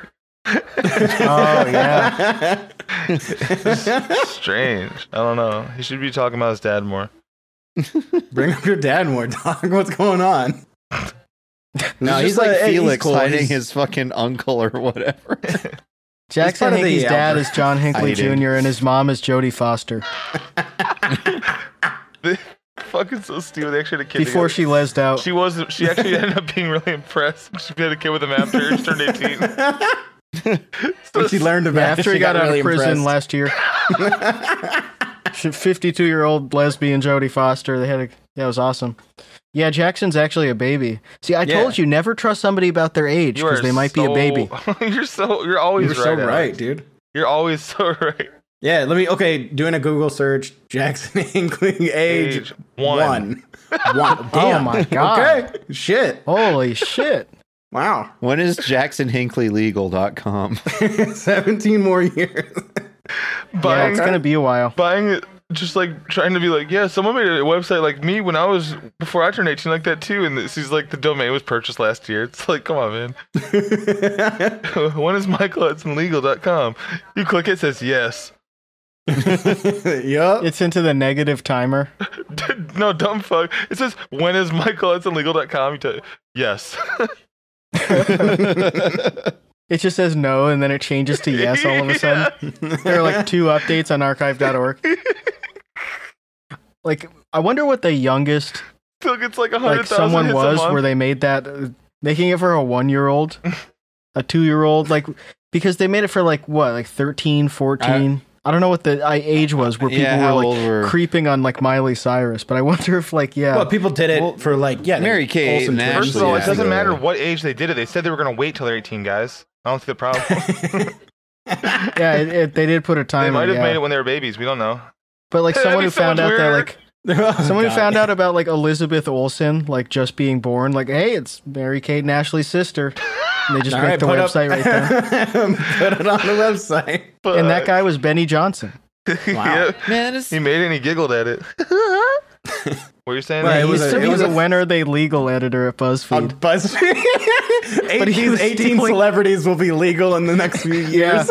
Oh yeah.
Strange. I don't know. He should be talking about his dad more.
Bring up your dad more, dog. What's going on?
No, he's, like
uh, hey,
Felix
cool.
hiding
He's-
his fucking uncle or whatever.
Jackson
part of the
Hinckley's dad
Albert
is John Hinckley
hiding.
Jr. and his mom is Jodie Foster.
Fucking so stupid. They actually had a kid
Before
together.
she lesed out.
She was. She actually ended up being really impressed. She had a kid with him after she turned eighteen.
When she learned
Yeah,
about it,
after
she
he got, out
really
of prison last
impressed.
year. Fifty-two year old lesbian Jodie Foster. They had a that was awesome. Yeah, Jackson's actually a baby. See, I
Yeah.
told you never trust somebody about their age
You are
because they might be
so-
a baby.
you're so. You're always right.
You're so
Alex.
right, dude.
You're always so right.
Yeah, let me. Okay, doing a Google search. Jackson Hinckley, age,
Age one.
one. One. Damn.
Oh my God.
Okay. Shit.
Holy shit!
Wow.
when is JacksonHinkleyLegal.com?
17 more years.
Yeah,
Buying,
it's gonna be a while.
buying it. Just like trying to be like, yeah, someone made a website like me when I was before I turned eighteen, like that too. And this is like the domain was purchased last year. It's like, come on, man. when is michaelhudsonlegal.com? You click it, it says yes.
yup.
It's into the negative timer.
no, dumb fuck. It says when is michaelhudsonlegal.com? You tell yes.
It just says no, and then it changes to yes all of a sudden. There are like two updates on archive.org. Like, I wonder what the youngest
Took it's like a hundred
like
thousand.
someone
hits
was
a month.
where they made that uh, making it for a one year old a two year old like because they made it for like what like 13 14 i don't know what the I, age was where people
yeah, how
were like
old were
creeping on like miley cyrus but i wonder if like yeah
Well, people did it
Well,
for like, yeah.
Mary
like,
Kay
wholesome
Nash-
things.
First of all,
Yeah.
it doesn't
Yeah.
matter what age they did it. They said they were going to wait till they're 18, guys. I don't see the problem.
yeah it, it, they did put a
they
time
might
on,
have
yeah.
made it when they were babies. We don't know.
but like
That'd
someone
be
who
so
found
much
out that
weirder.
like
Oh,
someone who
God.
found out about like elizabeth olsen like just being born like hey it's mary kate and ashley's sister and they just
All
make
right,
the
put
website right there
there. put it on the website.
But,
and that guy was benny johnson
yeah,
Man, it's,
he made it and he giggled at it. what are you saying?
Right,
there?
it
he
was
used to
a- it
be
was
the
a- Um,
when are they legal editor at
On
buzzfeed
BuzzFeed. Eight,
But he was
these 18
stealing-
celebrities will be legal in the next few years.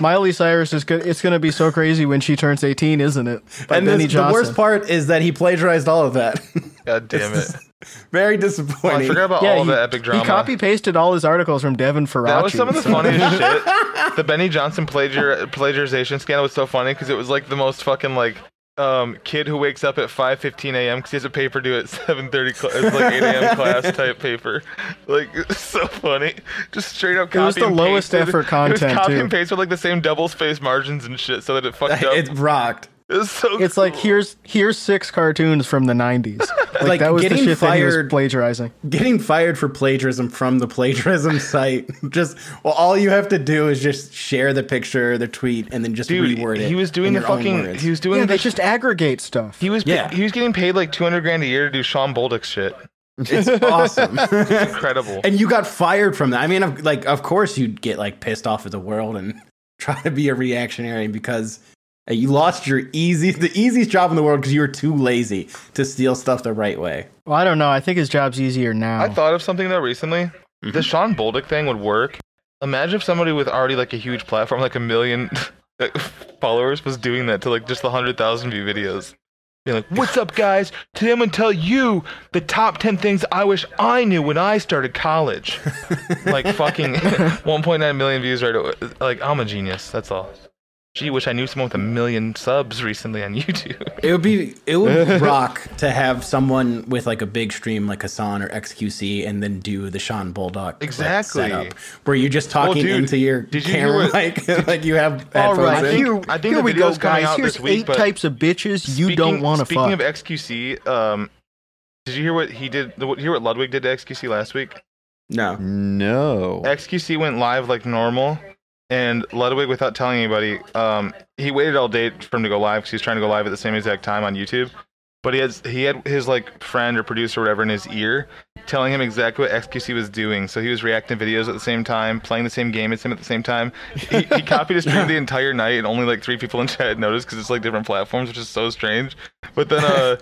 Miley Cyrus is good. It's gonna be so crazy when she turns eighteen, isn't it? By
and
Benny
this, the
Johnson.
worst part is that he plagiarized all of that.
God damn it.
It's Very
Well, Oh, I
disappointing.
forgot about
Yeah,
all
he-
the epic drama.
He copy pasted all his articles from Devin Farachi.
that was some of the
so-
funniest shit. The Benny Johnson plagiar- plagiarization scandal was so funny because it was like the most fucking like um, kid who wakes up at 5:15 a.m. because he has a paper due at 7:30, cl- it's like 8 a.m. class type paper. Like it's so funny, just straight up.
It
Copy
was the
and
lowest
pasted.
effort
It was
content,
copy
too.
and paste with like the same double space margins and shit, so that it fucked up. It's,
it rocked.
so.
It's like
cool.
here's here's six cartoons from the '90s. Like,
Like,
that was the
getting
shit that he was
fired-
plagiarizing.
Getting fired for plagiarism from the plagiarism site. Just well, all you have to do is just share the picture, the tweet, and then just
Dude,
reword it.
he was doing
in
the
your own
fucking.
words.
He was doing
Yeah,
the
they just aggregate stuff.
He was
Yeah.
he was getting paid like two hundred grand a year to do Sean Bolduc shit.
It's awesome.
Incredible.
and you got fired from that. I mean, of- like, of course you'd get like pissed off at the world and try to be a reactionary because uh, you lost your easy, the easiest job in the world because you were too lazy to steal stuff the right way.
Well, I don't know. I think his job's easier now.
I thought of something though recently. The Sean Bolduc thing would work. Imagine if somebody with already like a huge platform, like a million like, followers, was doing that to like just the hundred thousand view videos. Being like, "What's up, guys? Today I'm gonna tell you the top ten things I wish I knew when I started college." like fucking 1.9 million views right away. Like I'm a genius. That's all. Gee, wish I knew someone with a million subs recently on YouTube.
It would be, it would rock to have someone with like a big stream like Hassan or XQC and then do the Sean Bulldog like,
Exactly.
setup where you're just talking
dude,
into your
did you
camera
hear what-
mic like Oh, you have
All
headphones
right,
I
in.
think-
here,
I think
here
the
we go,
video's coming
guys.
out
Here's
this week,
eight
but
types of bitches you don't want to
Speaking
fuck.
of XQC, um, did you hear what he did? What, hear what Ludwig did to XQC last week?
No.
No.
XQC went live like normal, and Ludwig, without telling anybody, um, he waited all day for him to go live because he was trying to go live at the same exact time on YouTube. But he has he had his like friend or producer or whatever in his ear, telling him exactly what XQC was doing. So he was reacting to videos at the same time, playing the same game as him at the same time. He, he copied his stream the entire night, and only like three people in chat noticed because it's like different platforms, which is so strange. But then, uh,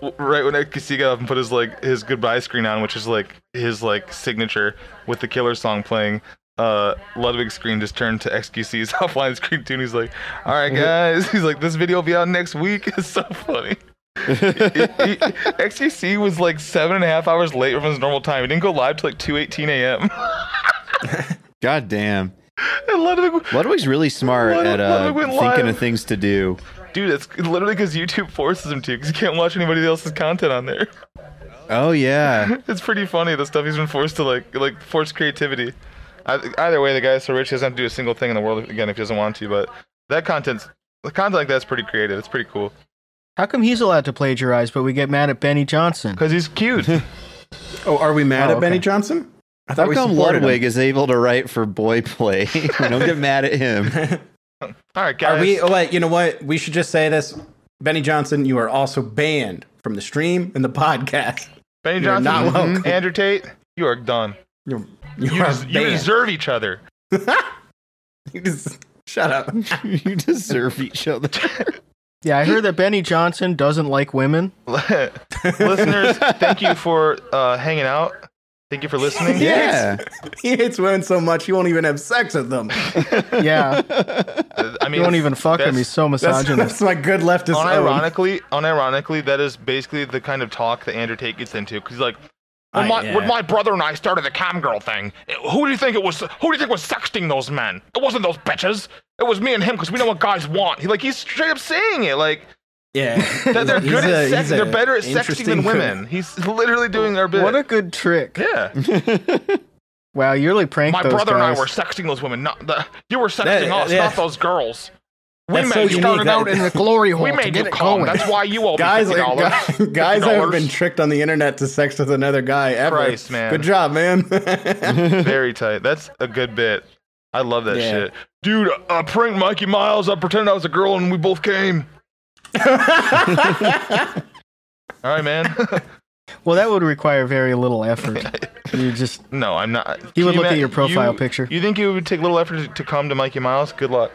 w- right when XQC got up and put his like his goodbye screen on, which is like his like signature with the killer song playing. Uh, Ludwig's screen just turned to XQC's offline screen too, and he's like, "All right, guys," he's like, "This video will be out next week." It's so funny. XTC was like seven and a half hours late from his normal time. He didn't go live till like two eighteen a.m.
God damn.
And Ludwig,
Ludwig's really smart
Lud-
at uh,
Ludwig went
thinking
live.
of things to do.
dude, it's literally because YouTube forces him to, because he can't watch anybody else's content on there.
Oh yeah.
It's pretty funny the stuff he's been forced to like, like force creativity. I, either way, the guy's so rich he doesn't have to do a single thing in the world again if he doesn't want to. But that content's the content like that's pretty creative. It's pretty cool
How come he's allowed to plagiarize, but we get mad at Benny Johnson?
because he's cute.
Oh, are we mad
Oh,
at Benny
okay.
Johnson? I
How come
supported him.
Ludwig is able to write for boy play? we don't get mad at him.
All right, guys.
Are we? Oh, wait, you know what? We should just say this, Benny Johnson. You are also banned from the stream and the podcast.
Benny
You're
Johnson,
not welcome.
Andrew Tate, you are done.
You're, you
You,
are
des- you
banned.
deserve each other.
You just- shut up.
you deserve each other.
yeah, I heard that Benny Johnson doesn't like women.
listeners, thank you for uh, hanging out. Thank you for listening.
Yeah.
He hates women so much he won't even have sex with them.
Yeah,
Uh, I
he
mean,
won't even fuck him.
that's-
He's so
That's,
misogynist.
that's my good leftist. ode.
unironically, unironically, that is basically the kind of talk that Andrew Tate gets into. Because like, when
I-
my,
yeah.
when my brother and I started the cam girl thing, it- who do you think it was? Who do you think was sexting those men? It wasn't those bitches. It was me and him because we know what guys want. He like he's straight up saying it like
Yeah,
that they're
He's
good
a-
at sex.
he's a
They're better at sexting
interesting
than women. He's literally doing their bit.
What a good trick!
yeah.
Wow, you really pranked
My
those
brother and I
guys.
were sexting those women, not the. You were sexting
That-
us,
yeah.
not those girls. We
That's so
made you
unique.
started
That-
out in the
glory hole
We made you come. That's why you owe me
guys,
fifty
like,
dollars.
guys, guys
$50.
haven't been tricked on the internet to sex with another guy ever.
Christ, man.
Good job, man.
Very tight. That's a good bit. I love that
Yeah.
shit, dude. I pranked Mikey Miles. I pretended I was a girl, and we both came. All right, man.
Well, that would require very little effort. you just
no, I'm not.
He would
Can you
look at
ma-
your profile
you-
picture.
You think it would take little effort to, to come to Mikey Miles? Good luck.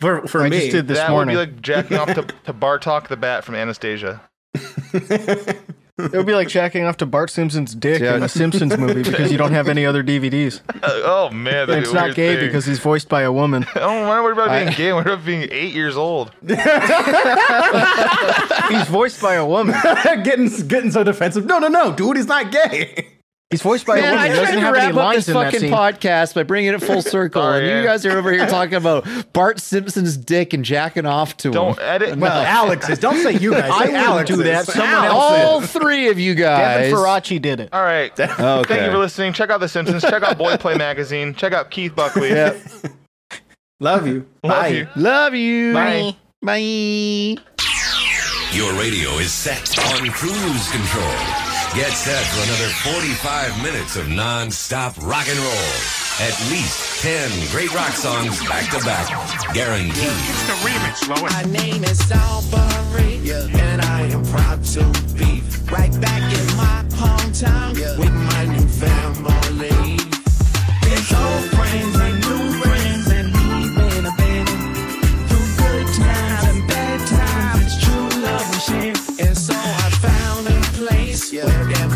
for for
I
me,
just did this
that
morning.
would be like jacking off to, to Bartok the Bat from Anastasia.
It would be like jacking off to Bart Simpson's dick
Yeah.
in a Simpsons movie because you don't have any other DVDs.
oh man,
And
that'd
it's
be a
not
weird
gay
thing.
because he's voiced by a woman.
Oh, why worry about
I-
being gay? What about being eight years old?
He's voiced by a woman.
getting getting so defensive. No, no, no, dude, he's not gay.
He's voiced by a
Man,
woman. He
I tried
doesn't
to
have any
wrap up
lines
this
in that
fucking
scene.
podcast by bringing it full circle,
Sorry,
and
yeah.
you guys are over here talking about Bart Simpson's dick and jacking off to
Don't
him.
edit.
Well, Alex is. Don't say you guys.
I
say
wouldn't
Alex
do that.
Is.
Someone
Alex
else
is.
All three of you guys.
Devin Farachi did it.
All right.
Okay.
Thank you for listening. Check out The Simpsons. Check out Boy Play Magazine. Check out Keith Buckley.
Yeah.
Love you.
Love
Bye.
you.
Love you.
Bye.
Bye.
Your radio is set on cruise control. Get set for another 45 minutes of non-stop rock and roll. At least 10 great rock songs back to back. Guaranteed.
It's the remix, Lois.
My name is Albury, and I am proud to be right back in my hometown with my new family. There's old friends and new friends, and we've been a band through good times and bad times. It's true love and shame, and so I found a place where there